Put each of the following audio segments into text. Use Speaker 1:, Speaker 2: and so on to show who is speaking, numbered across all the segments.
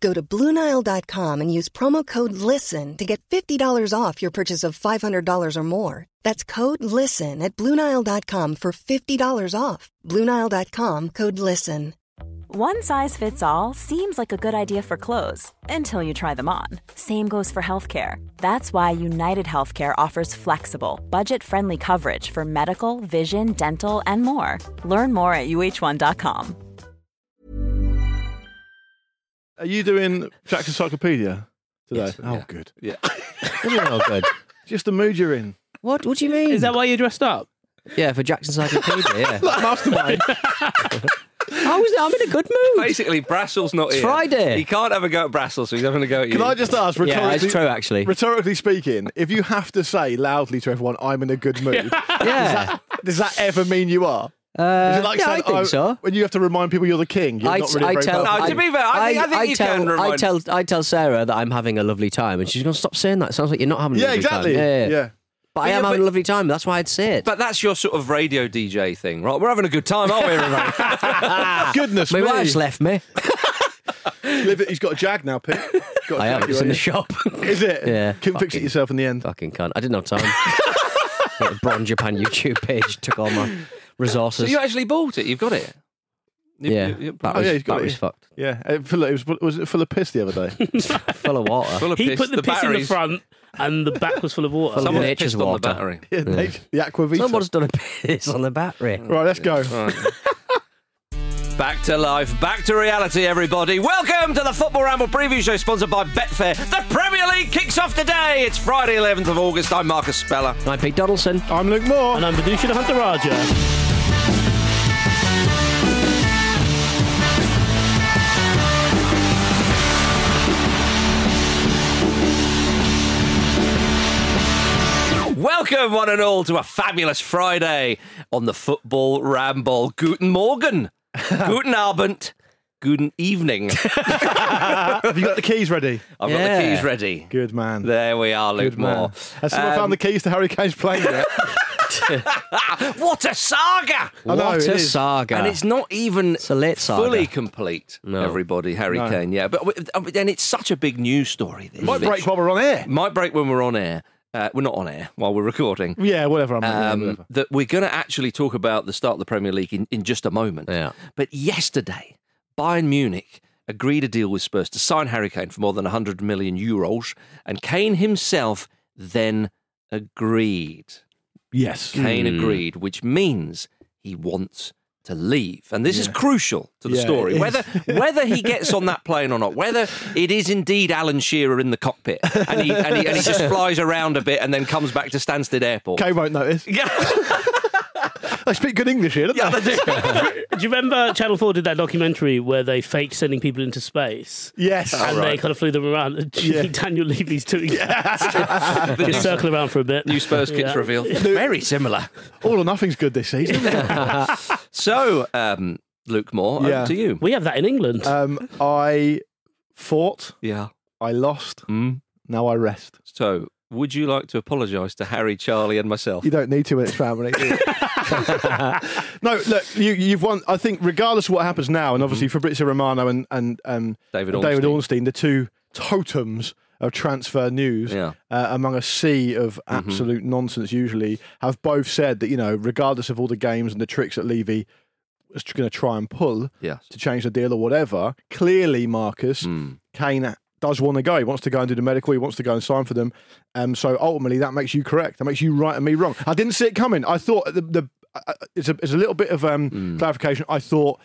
Speaker 1: Go to BlueNile.com and use promo code LISTEN to get $50 off your purchase of $500 or more. That's code LISTEN at BlueNile.com for $50 off. BlueNile.com code LISTEN.
Speaker 2: One size fits all seems like a good idea for clothes until you try them on. Same goes for healthcare. That's why United Healthcare offers flexible, budget friendly coverage for medical, vision, dental, and more. Learn more at uh1.com.
Speaker 3: Are you doing Jack's Encyclopedia today?
Speaker 4: Yes,
Speaker 3: oh,
Speaker 4: yeah.
Speaker 3: good. Yeah.
Speaker 4: oh, good.
Speaker 3: Just the mood you're in.
Speaker 4: What? What do you mean?
Speaker 5: Is that why you dressed up?
Speaker 4: Yeah, for Jackson's Encyclopedia. Yeah.
Speaker 3: Mastermind.
Speaker 4: I was. I'm in a good mood.
Speaker 6: Basically, Brassel's not
Speaker 4: It's
Speaker 6: here.
Speaker 4: Friday.
Speaker 6: He can't have a go at Brassel, so he's having a go at you.
Speaker 3: Can I just ask, rhetorically,
Speaker 4: Yeah, it's true, actually.
Speaker 3: rhetorically speaking, if you have to say loudly to everyone, I'm in a good mood,
Speaker 4: yeah.
Speaker 3: does that ever mean you are?
Speaker 4: Uh,
Speaker 3: Is it like
Speaker 4: yeah, I
Speaker 3: saying,
Speaker 4: think
Speaker 3: oh,
Speaker 4: so.
Speaker 3: When you have to remind people you're the king, you're
Speaker 4: I,
Speaker 3: not really
Speaker 4: I
Speaker 3: very
Speaker 4: tell.
Speaker 3: helpful.
Speaker 6: No, to be fair, I think- I think you
Speaker 4: tell,
Speaker 6: can
Speaker 4: I
Speaker 6: remind-
Speaker 4: tell. I tell Sarah that I'm having a lovely time, and she's going to stop saying that. It sounds like you're not having a
Speaker 3: yeah,
Speaker 4: lovely
Speaker 3: exactly.
Speaker 4: time.
Speaker 3: Yeah,
Speaker 4: But I
Speaker 6: But
Speaker 4: am
Speaker 6: yeah,
Speaker 4: having
Speaker 6: but-
Speaker 4: a lovely time. That's why I'd say it.
Speaker 6: But that's your sort of radio DJ thing, right? We're having a good time, aren't we, everybody?
Speaker 3: Goodness
Speaker 4: My
Speaker 3: me.
Speaker 4: wife's left me.
Speaker 3: Live it- He's got a jag now, Pete. Got a
Speaker 4: I am.
Speaker 3: jag,
Speaker 4: It's in the
Speaker 3: right?
Speaker 4: shop.
Speaker 3: Is it?
Speaker 4: Yeah.
Speaker 3: Couldn't fix it
Speaker 4: Fucking-
Speaker 3: yourself in the end.
Speaker 4: Fucking cunt. I didn't have time. Got a Bron Japan YouTube page took all my
Speaker 6: so
Speaker 4: resources.
Speaker 6: you actually bought it. You've got it. You-
Speaker 4: yeah,
Speaker 6: you- you-
Speaker 4: that
Speaker 3: Oh,
Speaker 4: was,
Speaker 3: yeah, he's got
Speaker 4: that
Speaker 3: it.
Speaker 4: was fucked.
Speaker 3: Yeah. It, full of- it was, was it full of piss the other day?
Speaker 4: Full of water.
Speaker 6: full of
Speaker 5: He
Speaker 6: piss,
Speaker 5: put the, piss in the
Speaker 6: batteries.
Speaker 5: front, and the back was full of water.
Speaker 4: Full of
Speaker 6: Someone
Speaker 4: Nature's
Speaker 6: pissed on the
Speaker 4: water.
Speaker 6: battery.
Speaker 3: Yeah, Nate, the aquavita.
Speaker 4: Someone's done a piss on the battery.
Speaker 3: Right, let's go.
Speaker 6: Back to life, back to reality, everybody. Welcome to the Football Ramble preview show sponsored by Betfair. The Premier League kicks off today. It's Friday, 11th of August. I'm Marcus Speller.
Speaker 4: I'm Pete Donaldson.
Speaker 3: I'm Luke Moore.
Speaker 5: And I'm Vidusha the Hunter Raja.
Speaker 6: Welcome, one and all, to a fabulous Friday on the Football Ramble. Guten Morgen, Guten Abend, Guten Evening.
Speaker 3: Have you got the keys ready?
Speaker 6: I've got
Speaker 4: Yeah.
Speaker 6: the keys ready.
Speaker 3: Good man.
Speaker 6: There we are, Luke
Speaker 3: Good man.
Speaker 6: Moore.
Speaker 3: Has someone found the keys to Harry Kane's plane yet?
Speaker 6: What a saga!
Speaker 3: I know,
Speaker 4: what
Speaker 3: it
Speaker 4: a
Speaker 3: is.
Speaker 4: saga.
Speaker 6: And it's not even
Speaker 4: It's a late saga.
Speaker 6: fully complete,
Speaker 4: No.
Speaker 6: everybody. Harry
Speaker 3: No.
Speaker 6: Kane, yeah. But uh, then it's such a big news story. This
Speaker 3: Might break while we're on air.
Speaker 6: Might break when we're on air. Uh, we're not on air while we're recording.
Speaker 3: Yeah, whatever. I'm yeah,
Speaker 6: Um,
Speaker 3: whatever.
Speaker 6: that we're going to actually talk about the start of the Premier League in, in just a moment.
Speaker 4: Yeah.
Speaker 6: But yesterday, Bayern Munich agreed a deal with Spurs to sign Harry Kane for more than 100 million euros, and Kane himself then agreed.
Speaker 3: Yes.
Speaker 6: Kane agreed, which means he wants to leave. And this is crucial to the
Speaker 3: Yeah,
Speaker 6: story.
Speaker 3: it
Speaker 6: Whether whether he gets on that plane or not, whether it is indeed Alan Shearer in the cockpit and he, and he, and he just flies around a bit and then comes back to Stansted Airport.
Speaker 3: Mm. Kane won't notice.
Speaker 6: Yeah,
Speaker 3: They speak good English here, don't
Speaker 6: yeah,
Speaker 3: they?
Speaker 6: they do.
Speaker 5: Do you remember Channel 4 did that documentary where they faked sending people into space?
Speaker 3: Yes.
Speaker 5: and they kind of flew them around. And
Speaker 3: Yeah.
Speaker 5: Daniel Levy's doing
Speaker 6: The
Speaker 5: Just
Speaker 6: new-
Speaker 5: circle around for a bit.
Speaker 6: New Spurs kits
Speaker 5: Yeah.
Speaker 6: reveal. Very similar.
Speaker 3: All or nothing's good this season.
Speaker 6: So, um, Luke Moore, over
Speaker 3: Yeah.
Speaker 6: to you.
Speaker 5: We have that in England.
Speaker 3: um, I Um, fought.
Speaker 6: Yeah.
Speaker 3: I lost.
Speaker 6: Mm.
Speaker 3: Now I rest.
Speaker 6: So, would you like to apologise to Harry, Charlie, and myself?
Speaker 3: You don't need to when it's family. no, look, you, you've won. I think regardless of what happens now, and obviously Fabrizio Romano and and um,
Speaker 6: Mm. David
Speaker 3: and David Ornstein, the two totems of transfer news
Speaker 6: Yeah. Mm-hmm.
Speaker 3: uh, among a sea of absolute nonsense, usually have both said that you know, regardless of all the games and the tricks that Levy was going to try and pull
Speaker 6: Yes.
Speaker 3: to change the deal or whatever, clearly Marcus
Speaker 6: Mm.
Speaker 3: Kane does want to go. He wants to go and do the medical. He wants to go and sign for them. Um, so ultimately, that makes you correct. That makes you right and me wrong. I didn't see it coming. I thought the, the uh, it's, a, it's a little bit of um,
Speaker 6: Hmm.
Speaker 3: clarification. I thought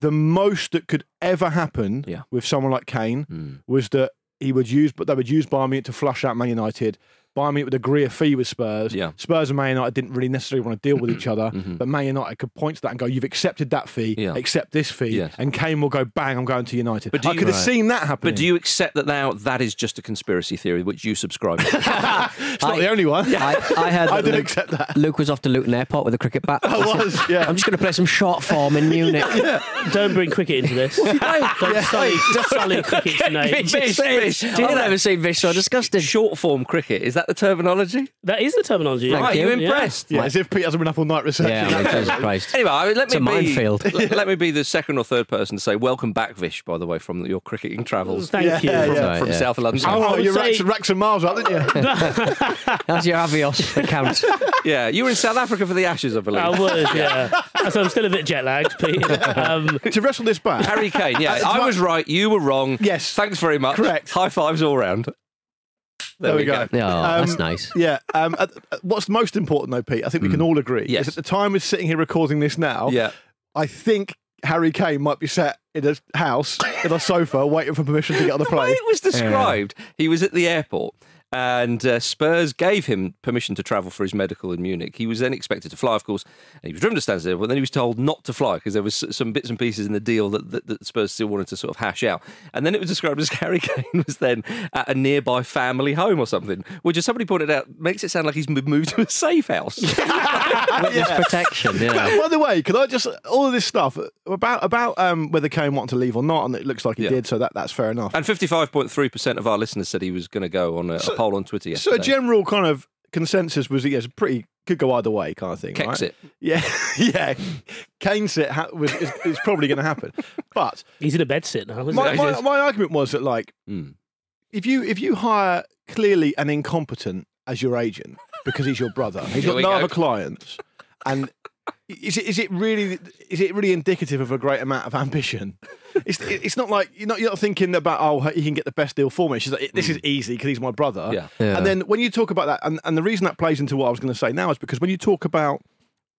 Speaker 3: the most that could ever happen
Speaker 6: Yeah. Hmm.
Speaker 3: with someone like Kane was that he would use, but they would use Bayern Munich to flush out Man United. Bayern Munich would agree a fee with Spurs.
Speaker 6: Yeah.
Speaker 3: Spurs and Man United didn't really necessarily want to deal with each other, but Man United could point to that and go, "You've accepted that fee,
Speaker 6: Mm-hmm. Yeah.
Speaker 3: accept this fee,"
Speaker 6: Yes.
Speaker 3: and Kane will go, "Bang, I'm going to United."
Speaker 6: But do
Speaker 3: I
Speaker 6: you-
Speaker 3: could have
Speaker 6: Right.
Speaker 3: seen that happen.
Speaker 6: But do you accept that now that is just a conspiracy theory which you subscribe to?
Speaker 3: It's not the only one.
Speaker 4: I, I heard.
Speaker 3: I
Speaker 4: that
Speaker 3: didn't
Speaker 4: Luke,
Speaker 3: accept that.
Speaker 4: Luke was off to Luton Airport with a cricket bat.
Speaker 3: I was, yeah.
Speaker 4: I'm just going to play some short form in Munich.
Speaker 7: Don't bring cricket into this. don't sully, sully cricket's name.
Speaker 4: Vish, Vish. I've never seen Vish so disgusted.
Speaker 6: Short form cricket, is that the terminology?
Speaker 7: That is the terminology.
Speaker 4: Thank
Speaker 6: Are
Speaker 4: you.
Speaker 6: you
Speaker 7: Yeah.
Speaker 6: impressed?
Speaker 3: Yeah, as if Pete hasn't been up all night researching.
Speaker 4: Yeah, I mean, Jesus Christ.
Speaker 6: Anyway, I mean, let
Speaker 4: It's
Speaker 6: me
Speaker 4: a
Speaker 6: be,
Speaker 4: minefield.
Speaker 6: l- Let, me be the second or third person to say welcome back, Vish. By the way, from your cricketing travels
Speaker 7: Thank you.
Speaker 3: Yeah,
Speaker 6: from,
Speaker 3: yeah.
Speaker 6: from
Speaker 4: Right, yeah.
Speaker 6: South London.
Speaker 3: Oh,
Speaker 7: I would
Speaker 3: you
Speaker 7: say-
Speaker 3: racked, racked some miles up, didn't you?
Speaker 4: That's your Avios account.
Speaker 6: yeah, you were in South Africa for the Ashes, I believe.
Speaker 7: I was, yeah. so I'm still a bit jet lagged, Pete. Um,
Speaker 3: to wrestle this back.
Speaker 6: Harry Kane. Yeah,
Speaker 3: Uh, it's
Speaker 6: I
Speaker 3: my-
Speaker 6: was right. You were wrong.
Speaker 3: Yes.
Speaker 6: Thanks very much.
Speaker 3: Correct.
Speaker 6: High fives all round. There,
Speaker 3: There we go.
Speaker 4: Yeah,
Speaker 6: oh,
Speaker 3: Um,
Speaker 4: that's nice.
Speaker 3: Yeah. Um, uh, uh, what's most important, though, Pete, I think we can all agree,
Speaker 6: Mm. Yes.
Speaker 3: is at the time we're sitting here recording this now,
Speaker 6: Yeah.
Speaker 3: I think Harry Kane might be sat in a house, in a sofa, waiting for permission to get on the
Speaker 6: The way
Speaker 3: plane.
Speaker 6: it was described, he was at the airport and uh, Spurs gave him permission to travel for his medical in Munich. He was then expected to fly, of course, and he was driven to Stansted, but then he was told not to fly because there was s- some bits and pieces in the deal that, that, that Spurs still wanted to sort of hash out. And then it was described as Harry Kane was then at a nearby family home or something, which, as somebody pointed out, makes it sound like he's m- moved to a safe house.
Speaker 4: Witness protection. Yeah.
Speaker 3: By the way, could I just all of this stuff about about um, whether Kane wanted to leave or not, and it looks like he
Speaker 6: Yeah.
Speaker 3: did, so that that's fair enough.
Speaker 6: And 55.3% of our listeners said he was going to go on a, a poll on Twitter
Speaker 3: So
Speaker 6: yesterday.
Speaker 3: a general kind of consensus was yes, pretty could go either way kind of thing,
Speaker 6: Kicks
Speaker 3: right?
Speaker 6: it.
Speaker 3: Yeah, yeah. Kane's it ha- was, is, is probably going to happen, but
Speaker 7: he's in a bed sit now, isn't
Speaker 3: my,
Speaker 7: he?
Speaker 3: my, my argument was that like
Speaker 6: Mm.
Speaker 3: if you if you hire clearly an incompetent as your agent because he's your brother, he's
Speaker 6: Here
Speaker 3: got
Speaker 6: we
Speaker 3: no
Speaker 6: go.
Speaker 3: other clients, and is it is it really is it really indicative of a great amount of ambition? It's it's not like you're not you're not thinking about oh he can get the best deal for me. It's just like this is easy because he's my brother.
Speaker 6: Mm. Yeah.
Speaker 4: Yeah.
Speaker 3: And then when you talk about that, and, and the reason that plays into what I was going to say now is because when you talk about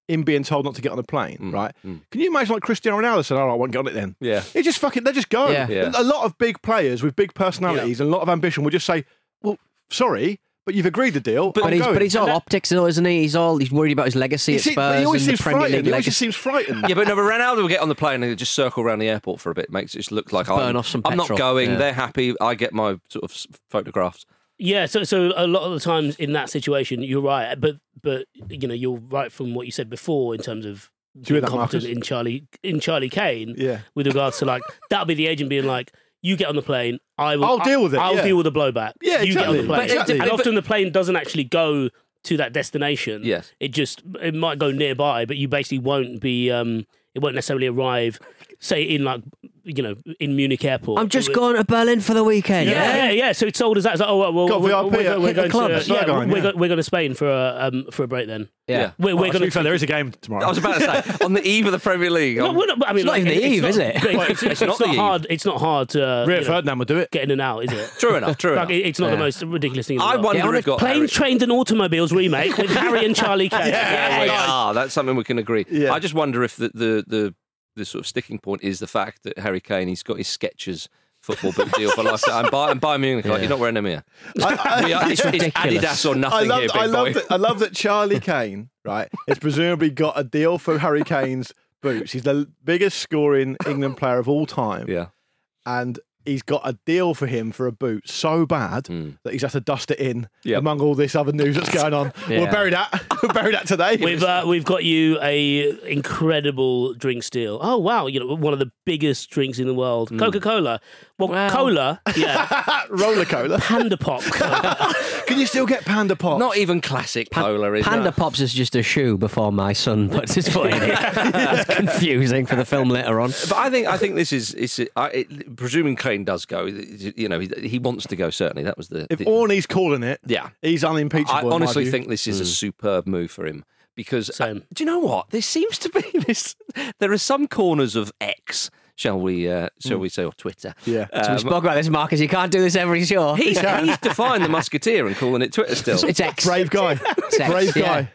Speaker 3: him being told not to get on a plane, right? Can you imagine like Cristiano Ronaldo said, "All right, I won't get on it then."
Speaker 6: Mm. Yeah.
Speaker 3: They just fucking they just go.
Speaker 4: Yeah.
Speaker 6: Yeah.
Speaker 3: A lot of big players with big personalities and a lot of ambition will just say, "Well, sorry, but you've agreed the deal."
Speaker 4: But
Speaker 3: I'm
Speaker 4: he's,
Speaker 3: going."
Speaker 4: but he's all
Speaker 3: And that-
Speaker 4: optics though, isn't he? He's all he's worried about his legacy
Speaker 3: He
Speaker 4: at
Speaker 3: seems- but he
Speaker 4: Spurs
Speaker 3: always
Speaker 4: and the
Speaker 3: seems
Speaker 4: Premier
Speaker 3: frightened.
Speaker 4: League
Speaker 3: He always just
Speaker 4: legacy.
Speaker 3: seems frightened.
Speaker 6: Yeah, but no, but Ronaldo will get on the plane and just circle around the airport for a bit. Makes it just look like I'm,
Speaker 4: burn off some
Speaker 6: I'm not
Speaker 4: petrol.
Speaker 6: going.
Speaker 4: Yeah.
Speaker 6: They're happy. I get my sort of s- photographs.
Speaker 7: Yeah, so so a lot of the times in that situation, you're right, but but you know you're right from what you said before in terms of
Speaker 3: you hear that,
Speaker 7: incompetent
Speaker 3: Marcus?
Speaker 7: in Charlie in Charlie Kane.
Speaker 3: Yeah.
Speaker 7: with regards to like that'll be the agent being like, you get on the plane, I will,
Speaker 3: I'll deal with it,
Speaker 7: I'll
Speaker 3: yeah.
Speaker 7: deal with the blowback.
Speaker 3: Yeah,
Speaker 7: you get on
Speaker 3: exactly.
Speaker 7: the plane,
Speaker 3: But it- Exactly.
Speaker 7: and
Speaker 6: but-
Speaker 7: often the plane doesn't actually go to that destination.
Speaker 6: Yes.
Speaker 7: it just it might go nearby, but you basically won't be. um It won't necessarily arrive, say in like you know in Munich airport.
Speaker 4: I'm just
Speaker 7: It-
Speaker 4: going to Berlin for the weekend.
Speaker 7: yeah, yeah, yeah. So it's sold as that. It's like, oh, well, well
Speaker 3: Got
Speaker 7: we're,
Speaker 3: VIP,
Speaker 7: we're,
Speaker 3: yeah.
Speaker 7: go- we're
Speaker 3: Hit the
Speaker 7: going
Speaker 3: club,
Speaker 7: to
Speaker 3: it's like
Speaker 7: yeah,
Speaker 3: going,
Speaker 7: we're,
Speaker 3: yeah.
Speaker 7: go- we're going to Spain for a um, for a break then.
Speaker 4: Yeah.
Speaker 7: We're, Uh, we're going
Speaker 3: there is a game tomorrow.
Speaker 6: Oh, I was about to say on the eve of the Premier League.
Speaker 7: No,
Speaker 6: on-
Speaker 7: we're not, but I mean,
Speaker 4: It's not
Speaker 7: like,
Speaker 4: even the
Speaker 7: it's
Speaker 4: eve,
Speaker 7: not-
Speaker 4: is it?
Speaker 7: It's, it's- it's
Speaker 6: not the
Speaker 7: not
Speaker 6: eve.
Speaker 7: hard. It's not hard to uh, you know,
Speaker 3: Ferdinand will do it.
Speaker 7: get in and out, is it?
Speaker 6: True enough. True
Speaker 7: Like,
Speaker 6: enough.
Speaker 7: it- it's not the
Speaker 4: Yeah.
Speaker 7: most ridiculous thing. in the
Speaker 6: I
Speaker 7: world.
Speaker 6: wonder
Speaker 4: Get on
Speaker 6: if
Speaker 4: a
Speaker 6: got
Speaker 7: Planes,
Speaker 6: Harry-
Speaker 7: trains, and automobiles remake with Harry and Charlie Kane.
Speaker 6: Yeah, we
Speaker 7: Yes.
Speaker 6: are. That's something we can agree.
Speaker 3: Yeah.
Speaker 6: I just wonder if the, the the the sort of sticking point is the fact that Harry Kane he's got his sketches. Football book deal for life, and by and by Munich, like you're not wearing them here. We are- it's, it's
Speaker 4: ridiculous.
Speaker 6: Adidas or
Speaker 3: I
Speaker 6: nothing
Speaker 3: love,
Speaker 6: here, big
Speaker 3: I
Speaker 6: boy.
Speaker 3: love, that, I love that Charlie Kane, right, has presumably got a deal for Harry Kane's boots. He's the biggest scoring England player of all time.
Speaker 6: Yeah,
Speaker 3: And he's got a deal for him for a boot so bad that he's had to dust it in
Speaker 6: Hmm. Yep.
Speaker 3: among all this other news that's going on. We'll
Speaker 4: Yeah.
Speaker 3: bury that. we'll bury that today.
Speaker 7: We've uh, we've got you a incredible drinks deal. Oh wow, you know one of the biggest drinks in the world, Coca Cola. Well, cola, yeah,
Speaker 3: Roller cola.
Speaker 7: Panda Pop. Cola.
Speaker 3: Can you still get Panda Pop?
Speaker 6: Not even classic cola, is
Speaker 4: Panda
Speaker 6: it?
Speaker 4: Pops is just a shoe before my son puts his foot in it. That's confusing for the film later on.
Speaker 6: But I think I think this is is I, it, presuming Crane does go. You know, he, he wants to go. Certainly, that was the.
Speaker 3: if
Speaker 6: the-
Speaker 3: Orney's calling it,
Speaker 6: yeah,
Speaker 3: he's unimpeachable.
Speaker 6: I
Speaker 3: in my
Speaker 6: honestly
Speaker 3: view.
Speaker 6: think this is a
Speaker 4: Hmm.
Speaker 6: superb move for him because uh,
Speaker 7: Same.
Speaker 6: do you know what? There seems to be this. There are some corners of X, shall we? Uh, shall we say, or Twitter?
Speaker 3: Yeah.
Speaker 4: So we
Speaker 6: Um,
Speaker 4: spoke about this, Marcus. You can't do this every show.
Speaker 6: he's, he's defined the Musketeer and calling it Twitter still.
Speaker 4: It's X.
Speaker 3: brave guy,
Speaker 4: Sex,
Speaker 3: brave
Speaker 4: yeah.
Speaker 3: guy.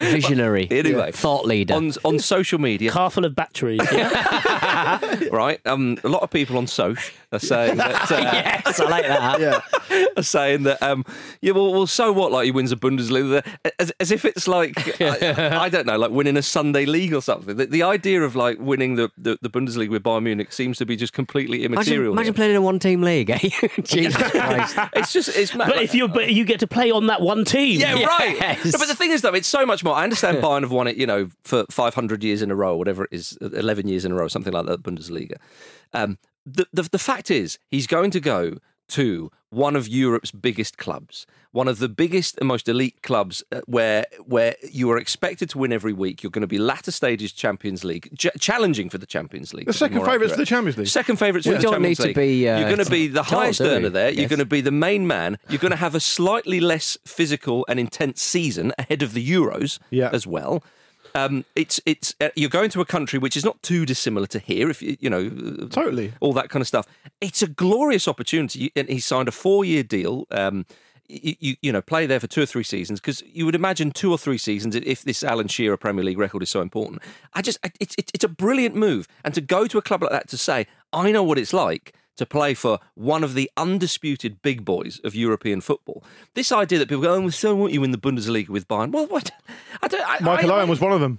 Speaker 4: Visionary.
Speaker 6: Anyway.
Speaker 4: Thought leader.
Speaker 6: on on social media,
Speaker 7: Car full of batteries. Yeah.
Speaker 6: right? Um, a lot of people on social are saying that. Uh,
Speaker 4: yes, I like that.
Speaker 3: Yeah,
Speaker 6: are saying that, um, yeah, well, well, so what? Like he wins a Bundesliga, as, as if it's like I, I don't know, like winning a Sunday league or something. The, the idea of like winning the, the, the Bundesliga with Bayern Munich seems to be just completely
Speaker 4: Imagine,
Speaker 6: immaterial.
Speaker 4: imagine
Speaker 6: here.
Speaker 4: playing in a one-team league, eh? Jesus Christ.
Speaker 6: it's just it's mad.
Speaker 7: but
Speaker 6: Like-
Speaker 7: if you but you get to play on that one team.
Speaker 6: yeah, right.
Speaker 4: Yes.
Speaker 6: No, but the thing is, though, it's so much more. I understand Bayern have won it, you know, for 500 years in a row, whatever it is, 11 years in a row, something like that, Bundesliga. Um, the, the, the fact is, he's going to go to one of Europe's biggest clubs, one of the biggest and most elite clubs uh, where where you are expected to win every week. You're going to be latter stages Champions League, ch- challenging for the Champions League.
Speaker 3: The
Speaker 6: to be
Speaker 3: second
Speaker 6: more
Speaker 3: favourites for
Speaker 6: accurate.
Speaker 3: the Champions League.
Speaker 6: Second favourites
Speaker 4: We
Speaker 6: for the
Speaker 4: don't
Speaker 6: Champions
Speaker 4: need to
Speaker 6: League.
Speaker 4: be, uh,
Speaker 6: You're going to be the
Speaker 4: told,
Speaker 6: highest
Speaker 4: do we?
Speaker 6: earner there. You're
Speaker 4: Yes.
Speaker 6: going to be the main man. You're going to have a slightly less physical and intense season ahead of the Euros
Speaker 3: Yeah.
Speaker 6: as well. Um, it's it's uh, you're going to a country which is not too dissimilar to here. If you you know uh,
Speaker 3: totally.
Speaker 6: all that kind of stuff. It's a glorious opportunity, and he signed a four-year deal. Um, you, you you know play there for two or three seasons because you would imagine two or three seasons if this Alan Shearer Premier League record is so important. I just I- it's it's it's a brilliant move, and to go to a club like that to say I know what it's like to play for one of the undisputed big boys of European football. This idea that people go, oh, so want you in the Bundesliga with Bayern? Well, what? I don't. I,
Speaker 3: Michael
Speaker 6: I-
Speaker 3: Owen was one of them.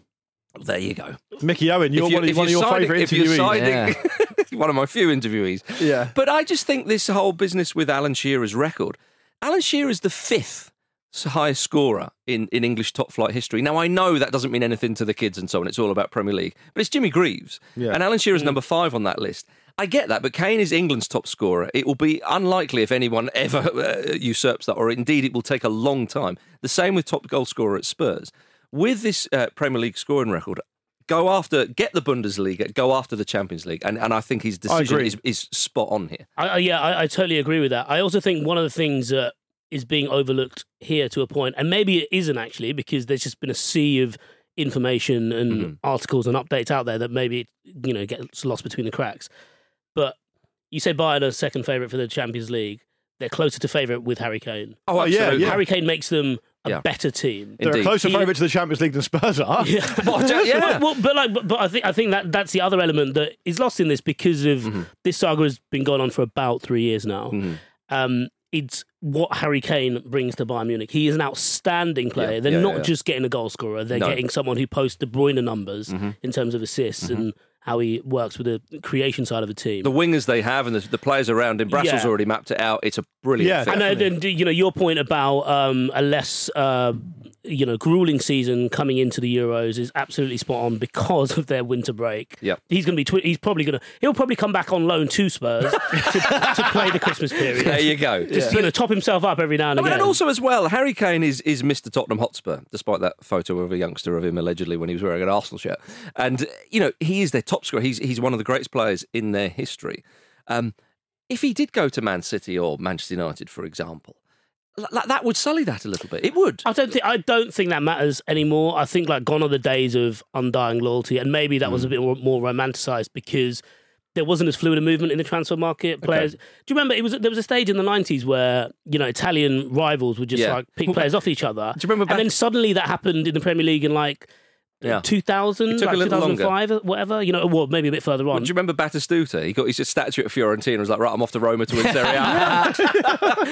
Speaker 6: There you go.
Speaker 3: Mickey Owen, you're
Speaker 6: If you-
Speaker 3: one, of-
Speaker 6: if
Speaker 3: one of
Speaker 6: you're
Speaker 3: your
Speaker 6: signing-
Speaker 3: favourite
Speaker 6: if you're
Speaker 3: interviewees.
Speaker 6: signing-
Speaker 4: Yeah.
Speaker 6: one of my few interviewees.
Speaker 3: Yeah.
Speaker 6: But I just think this whole business with Alan Shearer's record. Alan Shearer is the fifth highest scorer in, in English top flight history. Now I know that doesn't mean anything to the kids and so on. It's all about Premier League. But it's Jimmy Greaves.
Speaker 3: Yeah. Mm.
Speaker 6: And Alan Shearer's number five on that list. I get that, but Kane is England's top scorer. It will be unlikely if anyone ever uh, usurps that, or indeed it will take a long time. The same with top goal scorer at Spurs. With this uh, Premier League scoring record, go after, get the Bundesliga, go after the Champions League. And, and I think his decision
Speaker 3: agree.
Speaker 6: is, is spot on here.
Speaker 7: I, I, yeah, I, I totally agree with that. I also think one of the things that is being overlooked here to a point, and maybe it isn't actually, because there's just been a sea of information and
Speaker 4: Mm-hmm.
Speaker 7: articles and updates out there that maybe you know gets lost between the cracks. But you say Bayern are second favourite for the Champions League. They're closer to favourite with Harry Kane.
Speaker 3: Oh, yeah,
Speaker 6: absolutely.
Speaker 3: yeah.
Speaker 7: Harry Kane makes them a
Speaker 6: Yeah.
Speaker 7: better team.
Speaker 3: They're a
Speaker 6: Indeed.
Speaker 3: closer
Speaker 7: He-
Speaker 3: favourite to the Champions League than Spurs are.
Speaker 6: Well,
Speaker 7: Well,
Speaker 6: yeah,
Speaker 7: well, but like, but, but I think I think that that's the other element that is lost in this because of this saga has been going on for about three years now.
Speaker 6: Mm-hmm.
Speaker 7: Um, it's what Harry Kane brings to Bayern Munich. He is an outstanding player.
Speaker 6: Yeah,
Speaker 7: they're
Speaker 6: yeah,
Speaker 7: not
Speaker 6: yeah.
Speaker 7: just getting a goal scorer; they're
Speaker 6: No. Mm-hmm.
Speaker 7: getting someone who posts De Bruyne numbers in terms of assists and how he works with the creation side of a team.
Speaker 6: The wingers they have and the, the players around him, Brassel's
Speaker 7: Yeah.
Speaker 6: already mapped it out. It's a brilliant
Speaker 3: Yeah,
Speaker 6: fit.
Speaker 7: and uh, then, you know your point about um, a less uh, you know grueling season coming into the Euros is absolutely spot on because of their winter break.
Speaker 6: Yep.
Speaker 7: he's going to be twi- he's probably going to he'll probably come back on loan to Spurs to, to play the Christmas period.
Speaker 6: there you go.
Speaker 7: Just you know top himself up every now and
Speaker 6: I mean,
Speaker 7: again.
Speaker 6: and also as well, Harry Kane is is Mr. Tottenham Hotspur, despite that photo of a youngster of him allegedly when he was wearing an Arsenal shirt. And you know, he is their top scorer. He's he's one of the greatest players in their history. Um, if he did go to Man City or Manchester United, for example, l- l- that would sully that a little bit. It would.
Speaker 7: I don't think I don't think that matters anymore. I think like gone are the days of undying loyalty, and maybe that
Speaker 6: Mm.
Speaker 7: was a bit more, more romanticized because there wasn't as fluid a movement in the transfer market. Players, do you remember? It was there was a stage in the nineties where you know Italian rivals would just
Speaker 6: Yeah.
Speaker 7: like pick players off each other.
Speaker 6: Do you remember
Speaker 7: And then
Speaker 6: back-
Speaker 7: suddenly that happened in the Premier League in like
Speaker 6: Yeah.
Speaker 7: 2000,
Speaker 6: It took a
Speaker 7: like
Speaker 6: little longer.
Speaker 7: 2005, whatever. You know, well, maybe a bit further
Speaker 6: Well,
Speaker 7: on.
Speaker 6: do you remember Battistuta? He got his statue at Fiorentina. Was like, right, I'm off to Roma to win Serie A.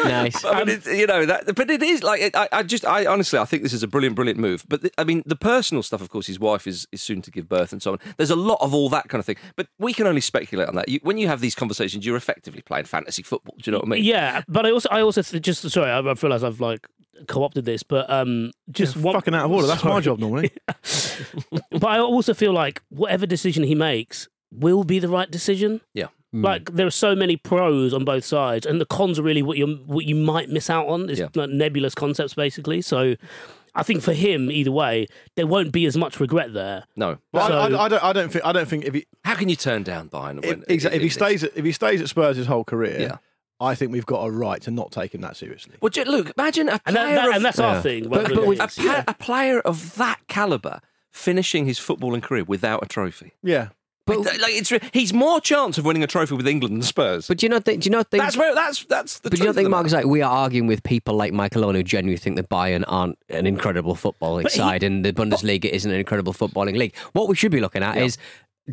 Speaker 4: nice.
Speaker 6: I mean, it, you know that, but it is like I, I just, I honestly, I think this is a brilliant, brilliant move. But the, I mean, the personal stuff, of course, his wife is, is soon to give birth and so on. There's a lot of all that kind of thing. But we can only speculate on that. You, when you have these conversations, you're effectively playing fantasy football. Do you know what I mean?
Speaker 7: Yeah, but I also, I also th- just sorry, I, I've realised I've like co-opted this, but um, just one,
Speaker 3: fucking out of order. That's my
Speaker 7: Sorry.
Speaker 3: job normally.
Speaker 7: But I also feel like whatever decision he makes will be the right decision.
Speaker 6: Yeah.
Speaker 7: Like there are so many pros on both sides, and the cons are really what you what you might miss out on. It's
Speaker 6: Yeah.
Speaker 7: like nebulous concepts basically. So, I think for him, either way, there won't be as much regret there.
Speaker 6: No.
Speaker 3: Well, I,
Speaker 7: So-
Speaker 3: I, I don't. I don't think. I don't think if he
Speaker 6: How can you turn down Bayern?
Speaker 3: if,
Speaker 6: when-
Speaker 3: exa- if he stays at, if he stays at Spurs his whole career,
Speaker 6: Yeah.
Speaker 3: I think we've got a right to not take him that seriously.
Speaker 6: Well, ju- look, imagine a player
Speaker 7: And that, that-
Speaker 6: of,
Speaker 7: and that's our thing.
Speaker 6: but,
Speaker 7: whatever
Speaker 6: but
Speaker 7: it
Speaker 6: with a,
Speaker 7: is, yeah.
Speaker 6: pla- a player of that caliber finishing his footballing career without a trophy.
Speaker 3: Yeah.
Speaker 6: But like, like, it's re- he's more chance of winning a trophy with England than Spurs.
Speaker 4: But do you not think? Do you not think?
Speaker 6: that's where that's that's the.
Speaker 4: but do you
Speaker 6: truth
Speaker 4: not
Speaker 6: of
Speaker 4: think
Speaker 6: the
Speaker 4: Mark's
Speaker 6: matter.
Speaker 4: like we are arguing with people like Michael Owen who genuinely think that Bayern aren't an incredible footballing
Speaker 7: But he-
Speaker 4: side and the Bundesliga isn't an incredible footballing league. What we should be looking at is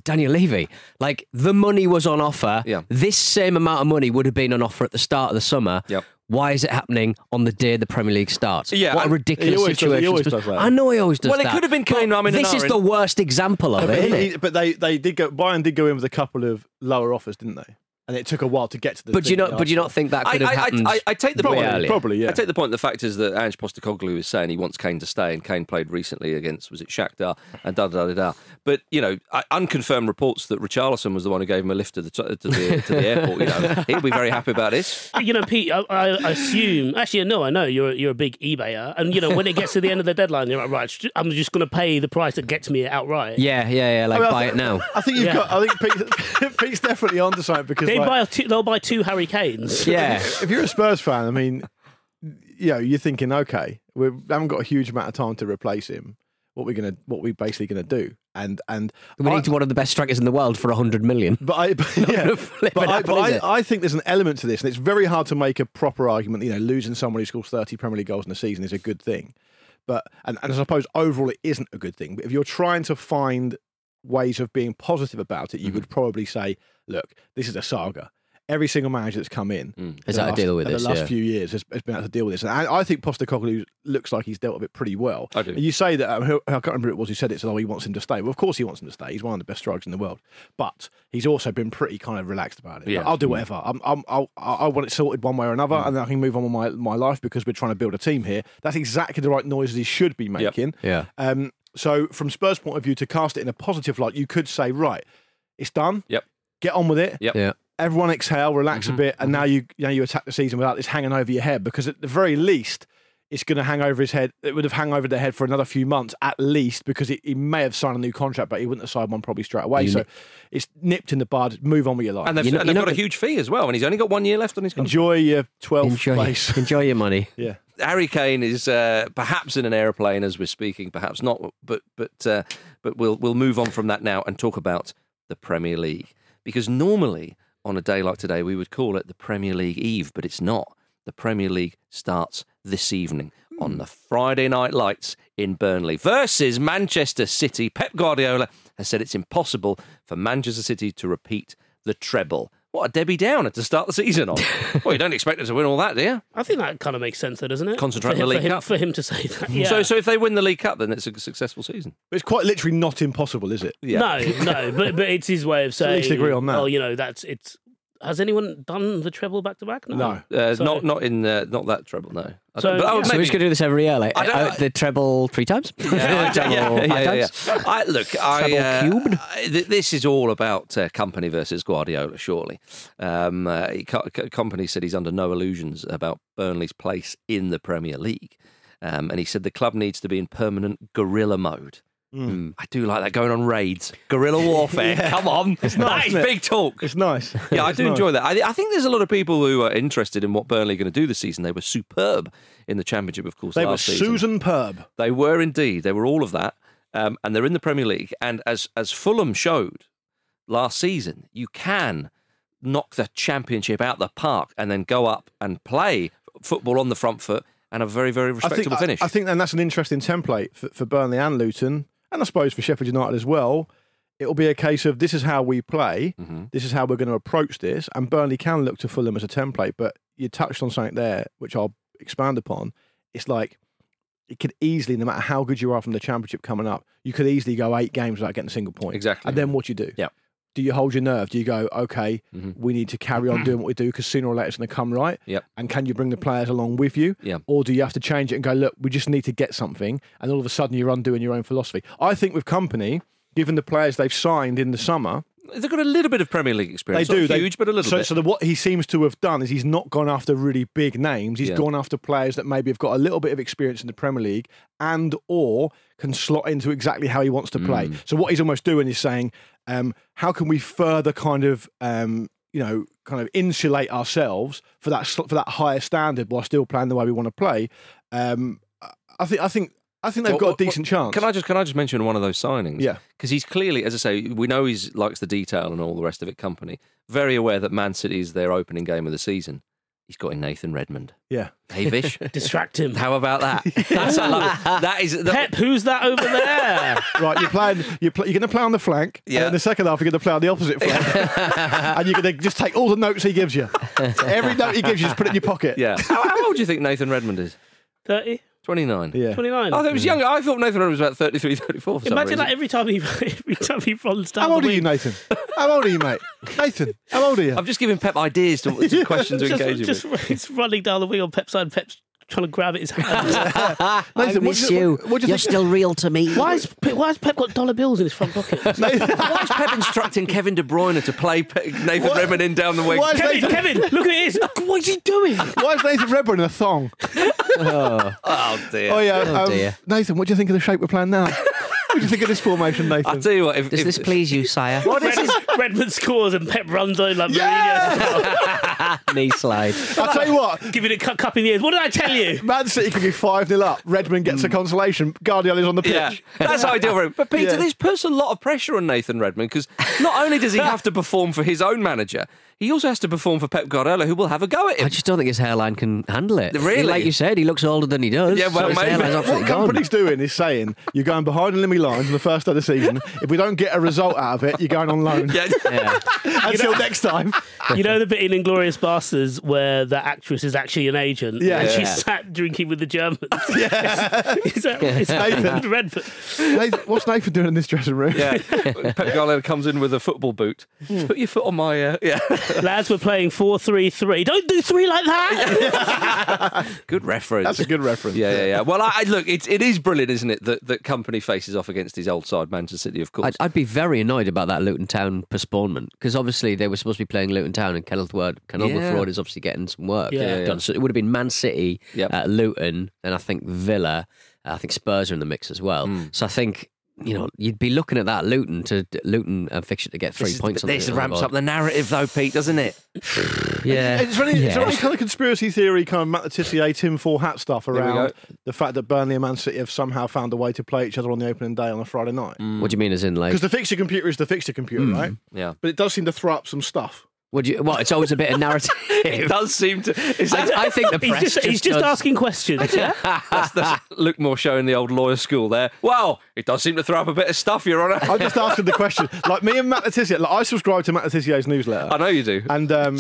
Speaker 4: Daniel Levy. Like the money was on offer.
Speaker 6: Yeah.
Speaker 4: This same amount of money would have been on offer at the start of the summer.
Speaker 6: Yep.
Speaker 4: Why is it happening on the day the Premier League starts?
Speaker 6: Yeah,
Speaker 4: what a
Speaker 6: and-
Speaker 3: He
Speaker 4: ridiculous
Speaker 3: always does- he
Speaker 4: situation!
Speaker 3: always
Speaker 4: Spurs-
Speaker 3: does that.
Speaker 4: I know he always does
Speaker 6: Well, it
Speaker 4: that.
Speaker 6: could have been
Speaker 4: But
Speaker 6: Kane Ramin and
Speaker 4: This is
Speaker 6: Aaron.
Speaker 4: the worst example of
Speaker 3: but,
Speaker 4: it, isn't
Speaker 3: he-
Speaker 4: it?
Speaker 3: but they they did go. Bayern did go in with a couple of lower offers, didn't they? And it took a while to get to the.
Speaker 4: But do you
Speaker 3: thing
Speaker 4: not? But do you not think that could
Speaker 6: I,
Speaker 4: have
Speaker 6: I, I,
Speaker 4: happened?
Speaker 6: I, I take the
Speaker 4: way
Speaker 3: Probably,
Speaker 4: earlier?
Speaker 3: probably, yeah.
Speaker 6: I take the point. The fact is that Ange Postecoglou is saying he wants Kane to stay, and Kane played recently against was it Shakhtar and da da da da. da. But you know, I- unconfirmed reports that Richarlison was the one who gave him a lift to the to the, to the airport. You know, he'll be very happy about this.
Speaker 7: you know, Pete, I, I assume. Actually, no, I know you're you're a big eBayer, and you know when it gets to the end of the deadline, you're like, right, I'm just going to pay the price that gets me it outright.
Speaker 4: Yeah, yeah, yeah. Like
Speaker 3: I mean, I
Speaker 4: buy
Speaker 3: th-
Speaker 4: it now.
Speaker 3: I think you've
Speaker 7: Yeah.
Speaker 3: got. I think Pete, Pete's definitely onto something because
Speaker 7: They
Speaker 3: like,
Speaker 7: buy two, they'll buy two Harry Canes.
Speaker 4: yeah.
Speaker 3: if you're a Spurs fan, I mean, you know, you're thinking, okay, we haven't got a huge amount of time to replace him. What we're gonna, what we're basically gonna do, and and
Speaker 4: We
Speaker 3: I-
Speaker 4: need one of the best strikers in the world for 100 million.
Speaker 3: But I, but, yeah,
Speaker 4: gonna flip
Speaker 3: but,
Speaker 4: an
Speaker 3: I,
Speaker 4: apple,
Speaker 3: but
Speaker 4: is
Speaker 3: I,
Speaker 4: it?
Speaker 3: I think there's an element to this, and it's very hard to make a proper argument. that, You know, losing someone who scores 30 Premier League goals in a season is a good thing, but and, and I suppose overall it isn't a good thing. But if you're trying to find ways of being positive about it, you
Speaker 4: Mm-hmm.
Speaker 3: would probably say, look, this is a saga. Every single manager that's come in
Speaker 4: Has
Speaker 3: the
Speaker 4: had to
Speaker 3: last-
Speaker 4: deal with
Speaker 3: the
Speaker 4: this,
Speaker 3: last
Speaker 4: yeah.
Speaker 3: few years has, has been able to deal with this, and I, I think Postecoglou looks like he's dealt with it pretty well.
Speaker 6: I do.
Speaker 3: And you say that um, who, I can't remember who it was who said it. Said, "Oh, he wants him to stay." Well, of course he wants him to stay. He's one of the best strikers in the world, but he's also been pretty kind of relaxed about it. Like,
Speaker 6: Yeah. Mm.
Speaker 3: I'll do whatever. I'm, I'm, I'll, I I want it sorted one way or another, and then I can move on with my my life because we're trying to build a team here. That's exactly the right noises he should be making.
Speaker 4: Yeah.
Speaker 3: Um. So from Spurs' point of view, to cast it in a positive light, you could say, "Right, it's done.
Speaker 6: Yep.
Speaker 3: Get on with it."
Speaker 6: Yep.
Speaker 4: Yeah.
Speaker 3: everyone exhale, relax
Speaker 6: Mm-hmm.
Speaker 3: a bit, and now you, you know you attack the season without this hanging over your head because at the very least it's going to hang over his head. It would have hung over the head for another few months at least because he, he may have signed a new contract, but he wouldn't have signed one probably straight away.
Speaker 4: You
Speaker 3: so
Speaker 4: ni-
Speaker 3: it's nipped in the bud. Move on with your life.
Speaker 6: And they've,
Speaker 4: You know-
Speaker 6: and
Speaker 4: you
Speaker 6: they've
Speaker 4: know
Speaker 6: got a
Speaker 4: the-
Speaker 6: huge fee as well, and he's only got one year left on his contract.
Speaker 3: enjoy your
Speaker 4: Oh,
Speaker 3: 12th
Speaker 4: Enjoy,
Speaker 3: place.
Speaker 4: enjoy your money.
Speaker 3: yeah,
Speaker 6: Harry Kane is uh, perhaps in an aeroplane as we're speaking, perhaps not, but but uh, but we'll we'll move on from that now and talk about the Premier League because normally on a day like today we would call it the Premier League Eve, but it's not. The Premier League starts this evening on the Friday Night Lights in Burnley versus Manchester City. Pep Guardiola has said it's impossible for Manchester City to repeat the treble. What a Debbie Downer to start the season on. well, you don't expect them to win all that, do you?
Speaker 7: I think that kind of makes sense, though, doesn't it? for
Speaker 6: Concentrate on
Speaker 7: him,
Speaker 6: the League
Speaker 7: for him,
Speaker 6: Cup.
Speaker 7: for him to say that. Yeah.
Speaker 6: So, so if they win the League Cup, then it's a successful season.
Speaker 3: but it's quite literally not impossible, is it?
Speaker 6: Yeah.
Speaker 7: no, no, but but it's his way of saying.
Speaker 3: at least agree on that.
Speaker 7: Well, you know, that's it's. Has anyone done the treble back to back?
Speaker 3: No.
Speaker 6: Uh,
Speaker 7: So-
Speaker 6: not not in uh, not that treble. No. I
Speaker 7: So,
Speaker 6: don't- I
Speaker 7: yeah.
Speaker 6: would
Speaker 7: So
Speaker 4: So we're
Speaker 6: maybe-
Speaker 4: just going to do this every year, like
Speaker 6: I don't
Speaker 4: uh,
Speaker 6: know.
Speaker 4: the treble three times,
Speaker 6: Yeah,
Speaker 4: treble five
Speaker 6: yeah, yeah.
Speaker 4: times.
Speaker 6: I, look, I,
Speaker 4: Treble
Speaker 6: uh,
Speaker 4: cubed.
Speaker 6: I- th- this is all about uh, Company versus Guardiola, surely. Um, uh, he- Co- Co- Company said he's under no illusions about Burnley's place in the Premier League. Um, and he said the club needs to be in permanent guerrilla mode.
Speaker 4: Hmm.
Speaker 6: Mm. I do like that going on raids, guerrilla warfare. Come on, that is
Speaker 3: isn't it?
Speaker 6: big talk.
Speaker 3: It's nice.
Speaker 6: Yeah, I
Speaker 3: It's
Speaker 6: do
Speaker 3: nice.
Speaker 6: enjoy that. I, I think there's a lot of people who are interested in what Burnley are going to do this season. They were superb in the Championship, of course.
Speaker 3: They were
Speaker 6: last season.
Speaker 3: Susan Perb.
Speaker 6: They were indeed. They were all of that, um, and they're in the Premier League. And as as Fulham showed last season, you can knock the Championship out the park and then go up and play football on the front foot and a very very respectable
Speaker 3: I think,
Speaker 6: finish.
Speaker 3: I, I think then that's an interesting template for, for Burnley and Luton. And I suppose for Sheffield United as well, it'll be a case of this is how we play,
Speaker 6: Mm-hmm.
Speaker 3: this is how we're going to approach this. And Burnley can look to Fulham as a template, but you touched on something there, which I'll expand upon. It's like it could easily, no matter how good you are from the championship coming up, you could easily go eight games without getting a single point.
Speaker 6: Exactly.
Speaker 3: And then what do you do?
Speaker 6: Yep.
Speaker 3: Do you hold your nerve? Do you go, okay, we need to carry on doing what we do because sooner or later it's going to come right?
Speaker 6: Mm-hmm. Yep.
Speaker 3: And can you bring the players along with you?
Speaker 6: Yep.
Speaker 3: Or do you have to change it and go, look, we just need to get something? And all of a sudden you're undoing your own philosophy. I think with company, given the players they've signed in the summer,
Speaker 6: They've got a little bit of Premier League experience.
Speaker 3: they do.
Speaker 6: Not
Speaker 3: they-
Speaker 6: huge, but a little
Speaker 3: so,
Speaker 6: bit.
Speaker 3: So the, what he seems to have done is he's not gone after really big names. He's
Speaker 6: Yeah.
Speaker 3: gone after players that maybe have got a little bit of experience in the Premier League and or can slot into exactly how he wants to play.
Speaker 6: Mm.
Speaker 3: So what he's almost doing is saying, um, how can we further kind of um, you know kind of insulate ourselves for that sl- for that higher standard while still playing the way we want to play? Um, I- I think I think I think they've
Speaker 6: Well,
Speaker 3: got
Speaker 6: well,
Speaker 3: a decent
Speaker 6: well,
Speaker 3: chance.
Speaker 6: Can I just can I just mention one of those signings?
Speaker 3: Yeah.
Speaker 6: because he's clearly, as I say, we know he likes the detail and all the rest of it. Company very aware that Man City is their opening game of the season. He's got in Nathan Redmond.
Speaker 3: Yeah.
Speaker 6: Hey, Vish,
Speaker 7: Distract him.
Speaker 6: how about that? That's a lo- that is the,
Speaker 7: Pep, who's that over there?
Speaker 3: Right, you're playing. You're, pl- you're going to play on the flank, and
Speaker 6: Yeah.
Speaker 3: then the second half you're going to play on the opposite flank, and you're going to just take all the notes he gives you. Every note he gives you, just put it in your pocket.
Speaker 6: yeah. How, how old do you think Nathan Redmond is?
Speaker 7: 30,
Speaker 6: Twenty nine.
Speaker 3: yeah.
Speaker 7: 29.
Speaker 6: I thought he was younger. I thought Nathan Redmond was about 33, 34 for some
Speaker 7: Imagine
Speaker 6: reason.
Speaker 7: that every time he every time he runs down.
Speaker 3: How old
Speaker 7: the
Speaker 3: are you,
Speaker 7: wing.
Speaker 3: Nathan? How old are you, mate? Nathan, how old are you?
Speaker 6: I'm just giving Pep ideas to, to questions to engage him
Speaker 7: Just,
Speaker 6: with.
Speaker 7: just he's running down the wing on Pep's side. Pep's trying to grab at his hand.
Speaker 3: Nathan,
Speaker 4: I
Speaker 3: what do
Speaker 4: miss
Speaker 3: you-
Speaker 4: you.
Speaker 3: what- what do you
Speaker 4: You're
Speaker 3: think-
Speaker 4: still real to me.
Speaker 7: why is Pe- why has Pep got dollar bills in his front pocket?
Speaker 6: Why is Pep instructing Kevin De Bruyne to play Pe- Nathan
Speaker 3: What?
Speaker 6: Redmond in down the wing?
Speaker 3: Why is
Speaker 7: Kevin,
Speaker 3: Nathan-
Speaker 7: Kevin, look at his. What's he doing?
Speaker 3: Why is Nathan Redburn in a thong?
Speaker 6: Oh dear.
Speaker 3: Oh yeah,
Speaker 4: Oh,
Speaker 3: um,
Speaker 4: dear.
Speaker 3: Nathan, what do you think of the shape we're playing now? what do you think of this formation, Nathan?
Speaker 6: I'll tell you what. If,
Speaker 4: Does
Speaker 6: if-
Speaker 4: this please you, sire?
Speaker 7: Redmond, Redmond scores and Pep runs over like Mourinho,
Speaker 4: Knee slide.
Speaker 3: I'll tell you what.
Speaker 7: giving it a cu- cup in the ears. What did I tell you?
Speaker 3: Man City could be five 0 up. Redmond gets a consolation. Guardiola's on the pitch.
Speaker 6: Yeah, that's ideal for him. But Peter,
Speaker 3: Yeah.
Speaker 6: this puts a lot of pressure on Nathan Redmond because not only does he have to perform for his own manager, he also has to perform for Pep Guardiola, who will have a go at him.
Speaker 4: I just don't think his hairline can handle it.
Speaker 6: Really?
Speaker 4: Like you said, he looks older than he does.
Speaker 6: Yeah, well,
Speaker 4: so his
Speaker 6: maybe.
Speaker 4: hairline's absolutely
Speaker 3: What
Speaker 4: gone.
Speaker 3: company's doing is saying you're going behind enemy lines in the first day of the season. If we don't get a result out of it, you're going on loan.
Speaker 6: yeah.
Speaker 4: Yeah.
Speaker 3: Until next time.
Speaker 7: You know the bit in Inglorious Bastards where the actress is actually an agent
Speaker 3: Yeah.
Speaker 7: and
Speaker 6: Yeah.
Speaker 7: she's sat drinking with the Germans? Yeah. is that, is that
Speaker 3: Nathan.
Speaker 7: Redmond?
Speaker 3: Nathan- what's Nathan doing in this dressing room?
Speaker 6: Yeah. Pep Guardiola comes in with a football boot. Put your foot on my. Uh, yeah.
Speaker 7: Lads, we're playing 4 3 3. Don't do three like that.
Speaker 6: Good reference.
Speaker 3: That's a good reference.
Speaker 6: yeah, yeah, yeah. Well, I, I look, it's it is brilliant, isn't it? That that company faces off against his old side, Manchester City, of course.
Speaker 4: I'd, I'd be very annoyed about that Luton Town postponement because obviously they were supposed to be playing Luton Town and Kenilworth Ward. Kenilworth
Speaker 6: Yeah.
Speaker 4: Road is obviously getting some work
Speaker 7: Yeah, yeah, yeah.
Speaker 4: done. So it would have been Man City,
Speaker 6: Yep.
Speaker 4: uh, Luton, and I think Villa. uh, I think Spurs are in the mix as well.
Speaker 6: Hmm.
Speaker 4: So I think you know you'd be looking at that Luton to Luton uh, fixture to get three points. on the, on the board.
Speaker 6: narrative, though, Pete, doesn't it?
Speaker 4: Yeah,
Speaker 3: Is there, any, is there
Speaker 4: Yeah.
Speaker 3: any kind of conspiracy theory, kind of Matt Letizia, Tim Four hat stuff
Speaker 6: we
Speaker 3: around
Speaker 6: go.
Speaker 3: the fact that Burnley and Man City have somehow found a way to play each other on the opening day on a Friday night?
Speaker 4: What do you mean? As in like?
Speaker 3: Because the fixture computer is the fixture computer, right?
Speaker 6: Mm. Yeah.
Speaker 3: But it does seem to throw up some stuff.
Speaker 4: Would you? Well, it's always a bit of narrative.
Speaker 6: It does seem to. It's
Speaker 4: I, I think the
Speaker 7: he's
Speaker 4: press
Speaker 7: just, he's just
Speaker 4: does-
Speaker 7: asking questions. Yeah.
Speaker 6: That's, that's Luke Moore showing the old lawyer school there. Well, it does seem to throw up a bit of stuff, Your Honour.
Speaker 3: I'm just asking the question. Like me and Matt Letizia, like I subscribe to Matt Letizia's newsletter.
Speaker 6: I know you do.
Speaker 3: And um,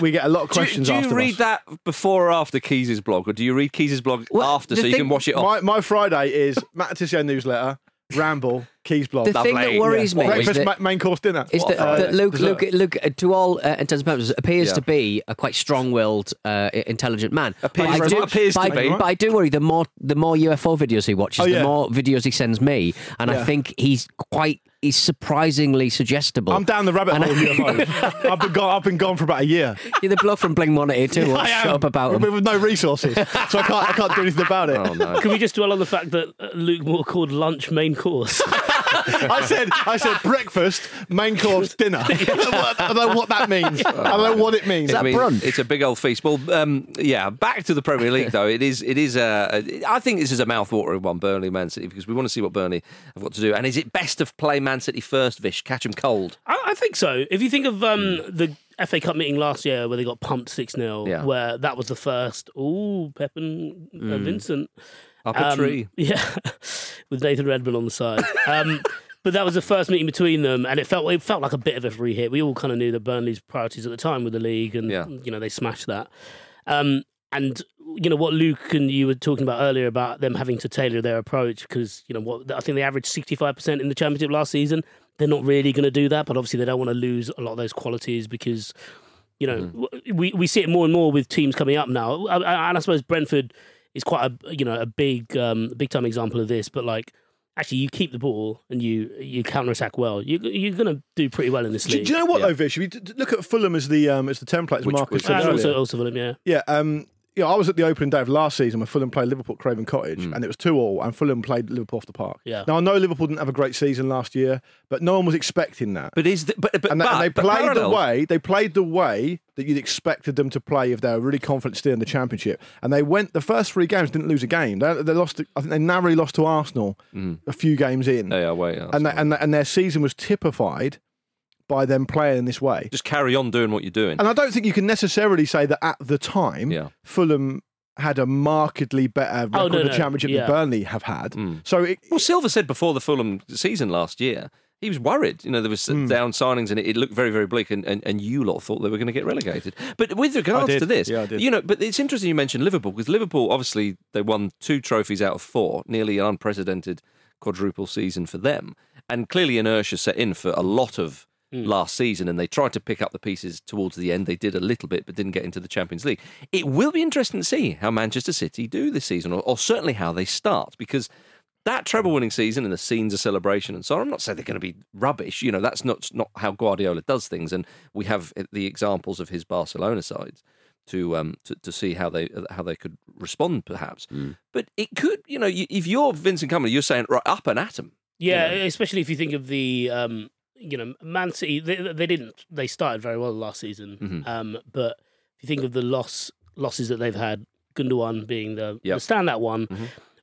Speaker 3: we get a lot of
Speaker 6: do,
Speaker 3: questions
Speaker 6: do you
Speaker 3: after
Speaker 6: read
Speaker 3: us.
Speaker 6: that before or after Keyes' blog, or do you read Keyes' blog
Speaker 4: Well,
Speaker 6: after
Speaker 4: the
Speaker 6: so you
Speaker 4: thing-
Speaker 6: can wash it off?
Speaker 3: My, my Friday is Matt Letizia newsletter, ramble, keys blog.
Speaker 4: The thing that
Speaker 6: Lovely.
Speaker 4: worries me is
Speaker 3: breakfast,
Speaker 4: that
Speaker 3: ma- main course, dinner.
Speaker 4: Is that,
Speaker 3: Uh,
Speaker 4: that Luke,
Speaker 3: dessert.
Speaker 4: Luke, Luke, uh, to all uh, intents and purposes, appears
Speaker 6: Yeah.
Speaker 4: to be a quite strong-willed, uh, i- intelligent man.
Speaker 6: Appears
Speaker 4: But I
Speaker 6: to-
Speaker 4: do,
Speaker 6: appears to
Speaker 4: but I,
Speaker 6: be.
Speaker 4: but I do worry the more the more UFO videos he
Speaker 3: Oh,
Speaker 4: watches,
Speaker 3: yeah.
Speaker 4: the more videos he sends me, and I
Speaker 3: Yeah.
Speaker 4: think he's quite he's surprisingly suggestible.
Speaker 3: I'm down the rabbit
Speaker 4: And
Speaker 3: hole.
Speaker 4: I-
Speaker 3: of UFOs. I've been gone. I've been gone for about a year.
Speaker 4: You're the bloke from Bling 182. won't
Speaker 3: I
Speaker 4: shut
Speaker 3: am.
Speaker 4: up about
Speaker 3: with,
Speaker 4: him.
Speaker 3: with no resources, so I can't. I can't do anything about it.
Speaker 6: Oh, no.
Speaker 7: Can we just dwell on the fact that uh, Luke Moore called lunch main course?
Speaker 3: I said. I said breakfast, main course, dinner. I, don't know what, I don't know what that means. I don't know what it means.
Speaker 6: It means- It's a big old feast. Well, um, yeah. Back to the Premier League, though. It is. It is. A, I think this is a mouthwatering one, Burnley, Man City, because we want to see what Burnley have got to do. And is it best to play Man City first, Vish? Catch them cold.
Speaker 7: I, I think so. If you think of um, the FA Cup meeting last year where they got pumped 6 0,
Speaker 6: Yeah.
Speaker 7: where that was the first, ooh, Pep and uh, Vincent.
Speaker 6: Up a
Speaker 7: Um,
Speaker 6: tree.
Speaker 7: Yeah, with Nathan Redmond on the side. Um, but that was the first meeting between them, and it felt it felt like a bit of a free hit. We all kind of knew that Burnley's priorities at the time with the league, and
Speaker 6: Yeah.
Speaker 7: you know they smashed that. Um, and you know what Luke and you were talking about earlier about them having to tailor their approach because you know what I think they averaged sixty five percent in the championship last season. They're not really going to do that, but obviously they don't want to lose a lot of those qualities because you know
Speaker 3: Mm-hmm.
Speaker 7: w we we see it more and more with teams coming up now, I- I- and I suppose Brentford is quite a you know a big um, big time example of this. But like actually, you keep the ball and you you counter attack well. You you're going to do pretty well in this
Speaker 3: Do,
Speaker 7: league.
Speaker 3: do you know what
Speaker 6: Yeah.
Speaker 3: though, Vish? If you d- d- look at Fulham as the um, as the template, as
Speaker 6: Which-
Speaker 3: Marcus
Speaker 6: which-
Speaker 3: said
Speaker 7: and
Speaker 3: earlier.
Speaker 7: also also Fulham, yeah.
Speaker 3: Yeah, um, yeah. I was at the opening day of last season when Fulham played Liverpool at Craven Cottage,
Speaker 6: Hmm.
Speaker 3: and it was two all, and Fulham played Liverpool off the park.
Speaker 7: Yeah.
Speaker 3: Now I know Liverpool didn't have a great season last year, but no one was expecting that.
Speaker 6: But is the, but but,
Speaker 3: and, they-
Speaker 6: but,
Speaker 3: and they
Speaker 6: but
Speaker 3: played the
Speaker 6: parallel-
Speaker 3: way they played the way that you'd expected them to play if they were really confident still in the championship. And they went the first three games didn't lose a game. They, they lost. to- I think they narrowly lost to Arsenal
Speaker 6: Hmm.
Speaker 3: a few games in,
Speaker 6: They are way.
Speaker 3: and they, and they, and their season was typified by them playing in this way.
Speaker 6: just carry on doing what you're doing.
Speaker 3: And I don't think you can necessarily say that at the time,
Speaker 6: Yeah.
Speaker 3: Fulham had a markedly better record
Speaker 7: Oh, no,
Speaker 3: of
Speaker 7: no,
Speaker 3: championship
Speaker 7: yeah.
Speaker 3: than Burnley have had. So it,
Speaker 6: Well, Silver said before the Fulham season last year, he was worried. You know, there was
Speaker 3: Hmm.
Speaker 6: down signings and it, it looked very, very bleak. And, and, and you lot thought they were going to get relegated. But with regards
Speaker 3: did.
Speaker 6: to this,
Speaker 3: Yeah, I did.
Speaker 6: you know, but it's interesting you mentioned Liverpool because Liverpool, obviously, they won two trophies out of four, nearly an unprecedented quadruple season for them. And clearly, inertia set in for a lot of last season, and they tried to pick up the pieces towards the end. They did a little bit, but didn't get into the Champions League. It will be interesting to see how Manchester City do this season, or, or certainly how they start, because that treble winning season and the scenes of celebration and so on. I'm not saying they're going to be rubbish. You know, that's not not how Guardiola does things, and we have eh, the examples of his Barcelona sides to um to, to see how they how they could respond, perhaps.
Speaker 3: Hmm.
Speaker 6: But it could, you know, you, if you're Vincent Company, you're saying right up and at 'em.
Speaker 7: Yeah, e, especially if you think of the, um, you know, Man City. They, they didn't. They started very well last season,
Speaker 6: Mm-hmm.
Speaker 7: um, but if you think of the loss losses that they've had, Gundogan being the,
Speaker 6: Yep. Mm-hmm.
Speaker 7: the standout one.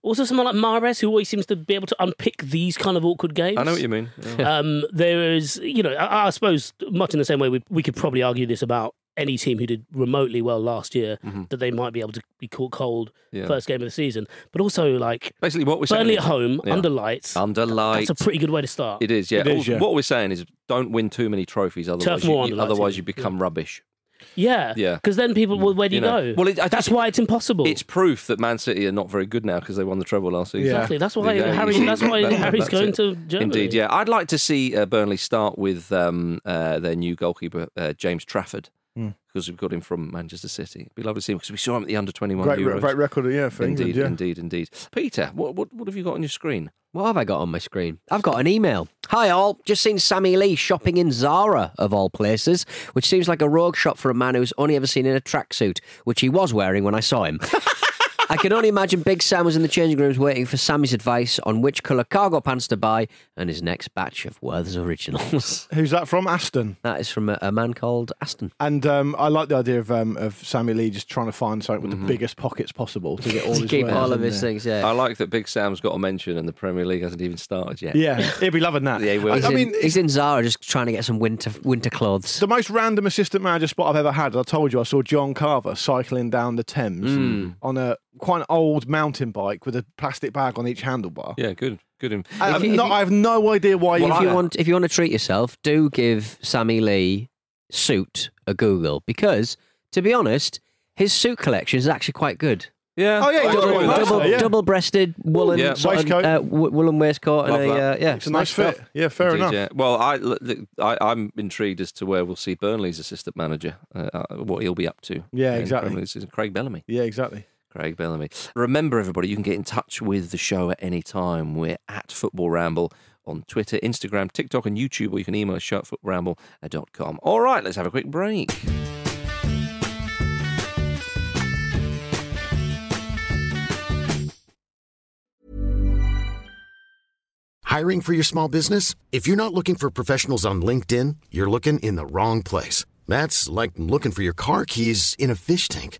Speaker 7: Also, someone like Mares, who always seems to be able to unpick these kind of awkward games.
Speaker 6: I know what you mean. Yeah.
Speaker 7: um, there is, you know, I, I suppose much in the same way we, we could probably argue this about any team who did remotely well last year that they might be able to be caught cold
Speaker 6: Mm-hmm. Yeah.
Speaker 7: first game of the season, but also like
Speaker 6: Basically, what we're saying
Speaker 7: Burnley at
Speaker 6: is-
Speaker 7: home
Speaker 6: Yeah.
Speaker 7: under lights.
Speaker 6: Under lights.
Speaker 7: That's a pretty good way to start.
Speaker 6: It is, yeah.
Speaker 3: It is,
Speaker 6: All-
Speaker 3: yeah.
Speaker 6: What we're saying is, don't win too many trophies, otherwise, you,
Speaker 7: war
Speaker 6: you-
Speaker 7: under lights,
Speaker 6: otherwise
Speaker 7: yeah.
Speaker 6: you become rubbish.
Speaker 7: Yeah,
Speaker 6: Yeah.
Speaker 7: Because then people, well, where do
Speaker 6: You
Speaker 7: you, go?
Speaker 6: know. Well, it- I think
Speaker 7: that's
Speaker 6: it-
Speaker 7: why it's impossible.
Speaker 6: It's proof that Man City are not very good now because they won the treble last season.
Speaker 3: Yeah.
Speaker 7: exactly. That's why
Speaker 6: Yeah, you
Speaker 7: Harry.
Speaker 6: see,
Speaker 7: That's why
Speaker 6: that-
Speaker 7: Harry's
Speaker 6: that's
Speaker 7: going
Speaker 6: it.
Speaker 7: to Germany.
Speaker 6: Indeed, yeah. I'd like to see uh, Burnley start with um, uh, their new goalkeeper, uh, James Trafford,
Speaker 3: Hmm.
Speaker 6: because we've got him from Manchester City. It'd be lovely to see him because we saw him at the under 21
Speaker 3: great,
Speaker 6: Euros.
Speaker 3: great record, yeah, for
Speaker 6: indeed,
Speaker 3: England. Yeah.
Speaker 6: indeed, indeed. Peter, what, what, what have you got on your screen?
Speaker 4: What have I got on my screen? I've got an email. Hi all, just seen Sammy Lee shopping in Zara of all places, which seems like a rogue shop for a man who's only ever seen in a tracksuit, which he was wearing when I saw him. I can only imagine Big Sam was in the changing rooms waiting for Sammy's advice on which colour cargo pants to buy and his next batch of Werther's originals.
Speaker 3: Who's that from? Aston.
Speaker 4: that is from a, a man called Aston.
Speaker 3: And um, I like the idea of um, of Sammy Lee just trying to find something with the biggest pockets possible to get all
Speaker 4: To
Speaker 3: his
Speaker 4: keep
Speaker 3: wares
Speaker 4: all of
Speaker 3: in
Speaker 4: his
Speaker 3: there.
Speaker 4: things, yeah.
Speaker 6: I like that Big Sam's got a mention and the Premier League hasn't even started yet.
Speaker 3: Yeah, he'd be loving that.
Speaker 6: Yeah, he will.
Speaker 3: I,
Speaker 4: He's,
Speaker 3: I
Speaker 4: in,
Speaker 3: mean,
Speaker 4: he's in Zara just trying to get some winter winter clothes.
Speaker 3: The most random assistant manager spot I've ever had. I told you I saw John Carver cycling down the Thames on a quite an old mountain bike with a plastic bag on each handlebar.
Speaker 6: Yeah, good. Good. him.
Speaker 3: And
Speaker 4: If
Speaker 3: I've
Speaker 4: you-
Speaker 3: no-
Speaker 4: if you-
Speaker 3: I have no idea why
Speaker 4: if
Speaker 3: like
Speaker 4: you
Speaker 3: that.
Speaker 4: want if you want to treat yourself, do give Sammy Lee suit a Google because to be honest, his suit collection is actually quite good.
Speaker 6: Yeah.
Speaker 3: Oh, yeah, he
Speaker 6: I
Speaker 3: does
Speaker 6: agree
Speaker 3: all
Speaker 6: with
Speaker 3: that.
Speaker 6: that.
Speaker 4: Double,
Speaker 3: yeah.
Speaker 4: Double-breasted woolen
Speaker 6: Yeah.
Speaker 4: sort of,
Speaker 3: Waistcoat.
Speaker 4: uh, wo- woolen waistcoat and
Speaker 6: Love
Speaker 4: a uh,
Speaker 6: that.
Speaker 4: yeah,
Speaker 3: It's a nice,
Speaker 4: stuff.
Speaker 3: fit. Yeah, fair
Speaker 6: Indeed,
Speaker 3: enough.
Speaker 6: yeah. Well, I, look, look, I, I'm intrigued as to where we'll see Burnley's assistant manager, uh, uh, what he'll be up to.
Speaker 3: Yeah,
Speaker 6: in the
Speaker 3: exactly.
Speaker 6: Premier League season. Craig Bellamy.
Speaker 3: Yeah, exactly.
Speaker 6: Craig Bellamy. Remember, everybody, you can get in touch with the show at any time. We're at Football Ramble on Twitter, Instagram, TikTok, and YouTube, or you can email us show at footballramble.com. All right, let's have a quick break.
Speaker 8: Hiring for your small business? If you're not looking for professionals on LinkedIn, you're looking in the wrong place. That's like looking for your car keys in a fish tank.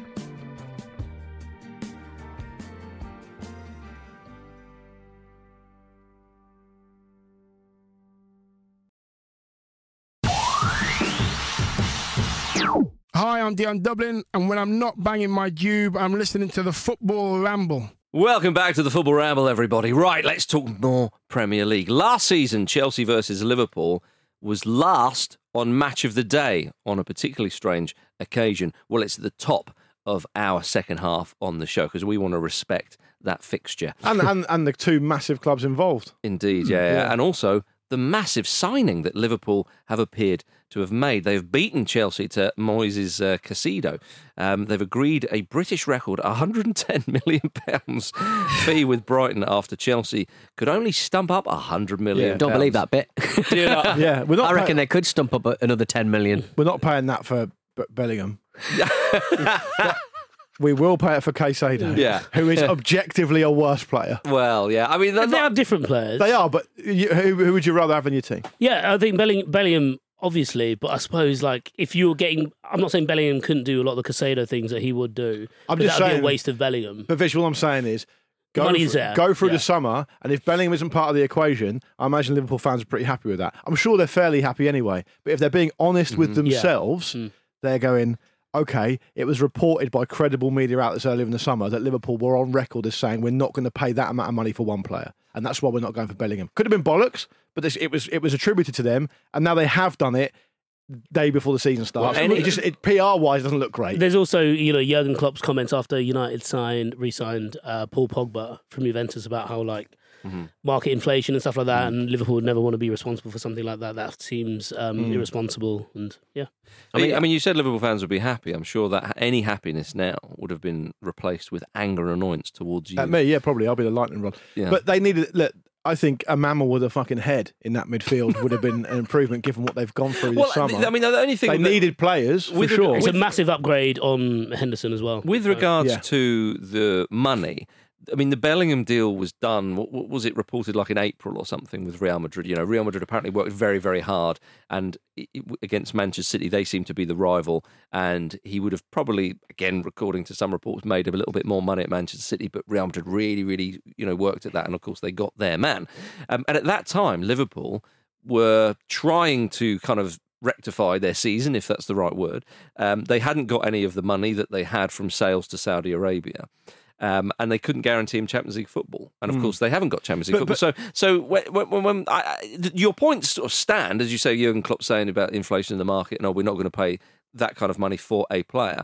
Speaker 9: Hi, I'm Dion Dublin, and when I'm not banging my dube, I'm listening to the Football Ramble.
Speaker 6: Welcome back to the Football Ramble, everybody. Right, let's talk more Premier League. Last season, Chelsea versus Liverpool was last on match of the day on a particularly strange occasion. Well, it's at the top of our second half on the show because we want to respect that fixture.
Speaker 3: And, and and the two massive clubs involved.
Speaker 6: Indeed,
Speaker 4: Hmm,
Speaker 6: yeah, yeah.
Speaker 3: Yeah.
Speaker 6: And also the massive signing that Liverpool have appeared to have made. They've beaten Chelsea to Moyes' uh, Casido. Um, they've agreed a British record £110 million pounds fee with Brighton after Chelsea could only stump up £100 million.
Speaker 3: Yeah.
Speaker 4: Don't believe
Speaker 6: pounds.
Speaker 4: that bit.
Speaker 3: Yeah, Uh, we're not.
Speaker 4: I reckon
Speaker 3: pay-
Speaker 4: they could stump up another 10 million.
Speaker 3: we're not paying that for B- Bellingham. But we will pay it for Quesada,
Speaker 6: Yeah.
Speaker 3: who is objectively a worse player.
Speaker 6: Well, yeah. I mean, they're
Speaker 7: They are
Speaker 6: not-
Speaker 7: different players.
Speaker 3: They are, but you, who, who would you rather have in your team?
Speaker 7: Yeah, I think Belling- Bellingham, obviously, but I suppose like if you were getting, I'm not saying Bellingham couldn't do a lot of the Casado things that he would do.
Speaker 3: I'm
Speaker 7: but
Speaker 3: just
Speaker 7: that'd be
Speaker 3: saying-
Speaker 7: a waste of Bellingham.
Speaker 3: But visual, I'm saying is. Go,
Speaker 7: Money's
Speaker 3: thr-
Speaker 7: there.
Speaker 3: go through
Speaker 7: Yeah.
Speaker 3: the summer, and if Bellingham isn't part of the equation, I imagine Liverpool fans are pretty happy with that. I'm sure they're fairly happy anyway. But if they're being honest with
Speaker 7: Mm-hmm.
Speaker 3: themselves,
Speaker 7: Mm.
Speaker 3: they're going, okay, it was reported by credible media outlets earlier in the summer that Liverpool were on record as saying we're not going to pay that amount of money for one player, and that's why we're not going for Bellingham. Could have been bollocks, but this, it was it was attributed to them, and now they have done it day before the season starts.
Speaker 6: and
Speaker 3: it
Speaker 6: it-
Speaker 3: just it, PR wise doesn't look great.
Speaker 7: There's also, you know, Jurgen Klopp's comments after United signed, re-signed uh, Paul Pogba from Juventus about how like
Speaker 6: Mm-hmm.
Speaker 7: market inflation and stuff like that, and Liverpool would never want to be responsible for something like that. That seems um,
Speaker 6: Mm.
Speaker 7: irresponsible, and yeah,
Speaker 6: I mean, I mean, you said Liverpool fans would be happy. I'm sure that any happiness now would have been replaced with anger and annoyance towards you.
Speaker 3: At me, yeah, probably. I'll be the lightning rod.
Speaker 6: Yeah.
Speaker 3: But they needed. Look, I think a mammal with a fucking head in that midfield would have been an improvement given what they've gone through
Speaker 6: well,
Speaker 3: this
Speaker 6: I
Speaker 3: summer.
Speaker 6: mean, I mean, the only thing
Speaker 3: they
Speaker 6: that-
Speaker 3: needed players for
Speaker 6: with the-
Speaker 3: sure.
Speaker 7: it's
Speaker 6: With-
Speaker 7: a massive upgrade on Henderson as well.
Speaker 6: With regards
Speaker 3: yeah.
Speaker 6: to the money, I mean, the Bellingham deal was done. What, what was it reported like in April or something with Real Madrid? You know, Real Madrid apparently worked very, very hard, and i- i- against Manchester City, they seem to be the rival. And he would have probably, again, according to some reports, made a little bit more money at Manchester City, but Real Madrid really, really, you know, worked at that, and of course they got their man. Um, and at that time, Liverpool were trying to kind of rectify their season, if that's the right word. Um, they hadn't got any of the money that they had from sales to Saudi Arabia. Um, and they couldn't guarantee him Champions League football, and of course they haven't got Champions League
Speaker 3: Hmm. But-
Speaker 6: football. so, so when, when, when I, I- th- your points sort of stand, oh, as you say, Jurgen Klopp saying about inflation in the market, no, we're not going to pay that kind of money for a player.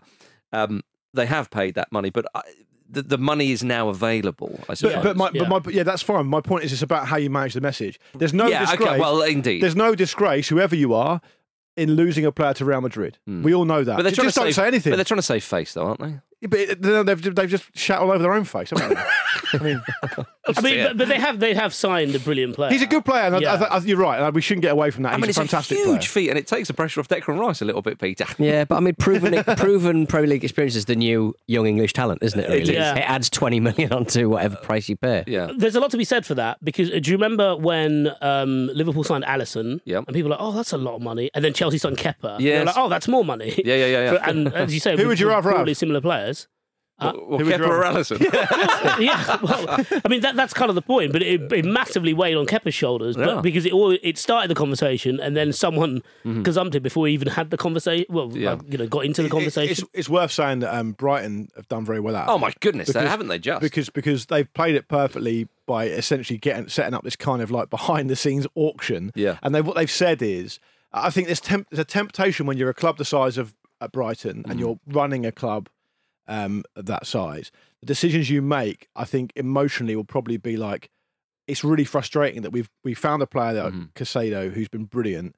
Speaker 6: Um, they have paid that money, but I, the, the money is now available. I suppose.
Speaker 7: Yeah.
Speaker 3: But, but my,
Speaker 7: Yeah.
Speaker 3: but my, yeah, that's fine. My point is, it's about how you manage the message. There's no
Speaker 6: yeah,
Speaker 3: disgrace.
Speaker 6: okay, well, indeed.
Speaker 3: There's no disgrace, whoever you are, in losing a player to Real Madrid. We all know that.
Speaker 6: Hmm. but they're
Speaker 3: Ju-
Speaker 6: trying
Speaker 3: just
Speaker 6: to
Speaker 3: don't
Speaker 6: save,
Speaker 3: say anything.
Speaker 6: But they're trying to save face, though, aren't they?
Speaker 3: Yeah, But it- they- they've, they've just shat all over their own face. haven't they? I mean,
Speaker 7: I mean, but, but they have they have signed a brilliant player.
Speaker 3: he's a good player, and I-
Speaker 7: Yeah.
Speaker 3: I, I, you're right. And we shouldn't get away from that.
Speaker 6: I
Speaker 3: he's a
Speaker 6: mean, it's
Speaker 3: fantastic
Speaker 6: a huge
Speaker 3: player.
Speaker 6: feat, and it takes the pressure off Declan Rice a little bit, Peter.
Speaker 4: Yeah, but I mean, proven proven Premier League experience is the new young English talent, isn't it? Really,
Speaker 6: is.
Speaker 7: Yeah.
Speaker 4: it adds twenty million onto whatever price you pay.
Speaker 6: Yeah.
Speaker 7: Uh, There's a lot to be said for that because uh, do you remember when um, Liverpool signed Allison?
Speaker 6: Yep.
Speaker 7: And people were like, oh, that's a lot of money. And then Chelsea signed Kepa. Yeah.
Speaker 6: Yes.
Speaker 7: Like, oh, that's more money.
Speaker 6: Yeah, yeah, yeah, yeah.
Speaker 7: and as you say,
Speaker 3: Who
Speaker 7: with-
Speaker 3: would you
Speaker 7: with
Speaker 3: rather have?
Speaker 7: Probably similar players.
Speaker 6: Well,
Speaker 3: Who would you
Speaker 6: Kepa or
Speaker 3: rather-
Speaker 6: Allison?
Speaker 7: yeah, well, I mean that, that's kind of the point, but it, it massively weighed on Kepa's shoulders but
Speaker 6: Yeah.
Speaker 7: because it all it started the conversation, and then someone gazumped it before he even had the conversation. Well,
Speaker 6: Mm-hmm. Yeah.
Speaker 7: like, you know, got into the
Speaker 3: It- it- It's,
Speaker 7: conversation.
Speaker 3: it's worth saying that um, Brighton have done very well. At
Speaker 6: Oh
Speaker 3: it.
Speaker 6: my goodness, they haven't they just?
Speaker 3: because because they've played it perfectly by essentially getting setting up this kind of like behind the scenes auction.
Speaker 6: Yeah.
Speaker 3: and they what they've said is, I think there's, temp, there's a temptation when you're a club the size of uh, Brighton
Speaker 6: Mm.
Speaker 3: and you're running a club um, of that size. The decisions you make, I think, emotionally will probably be like, it's really frustrating that we've we found a player
Speaker 6: Mm-hmm.
Speaker 3: that Casado who's been brilliant.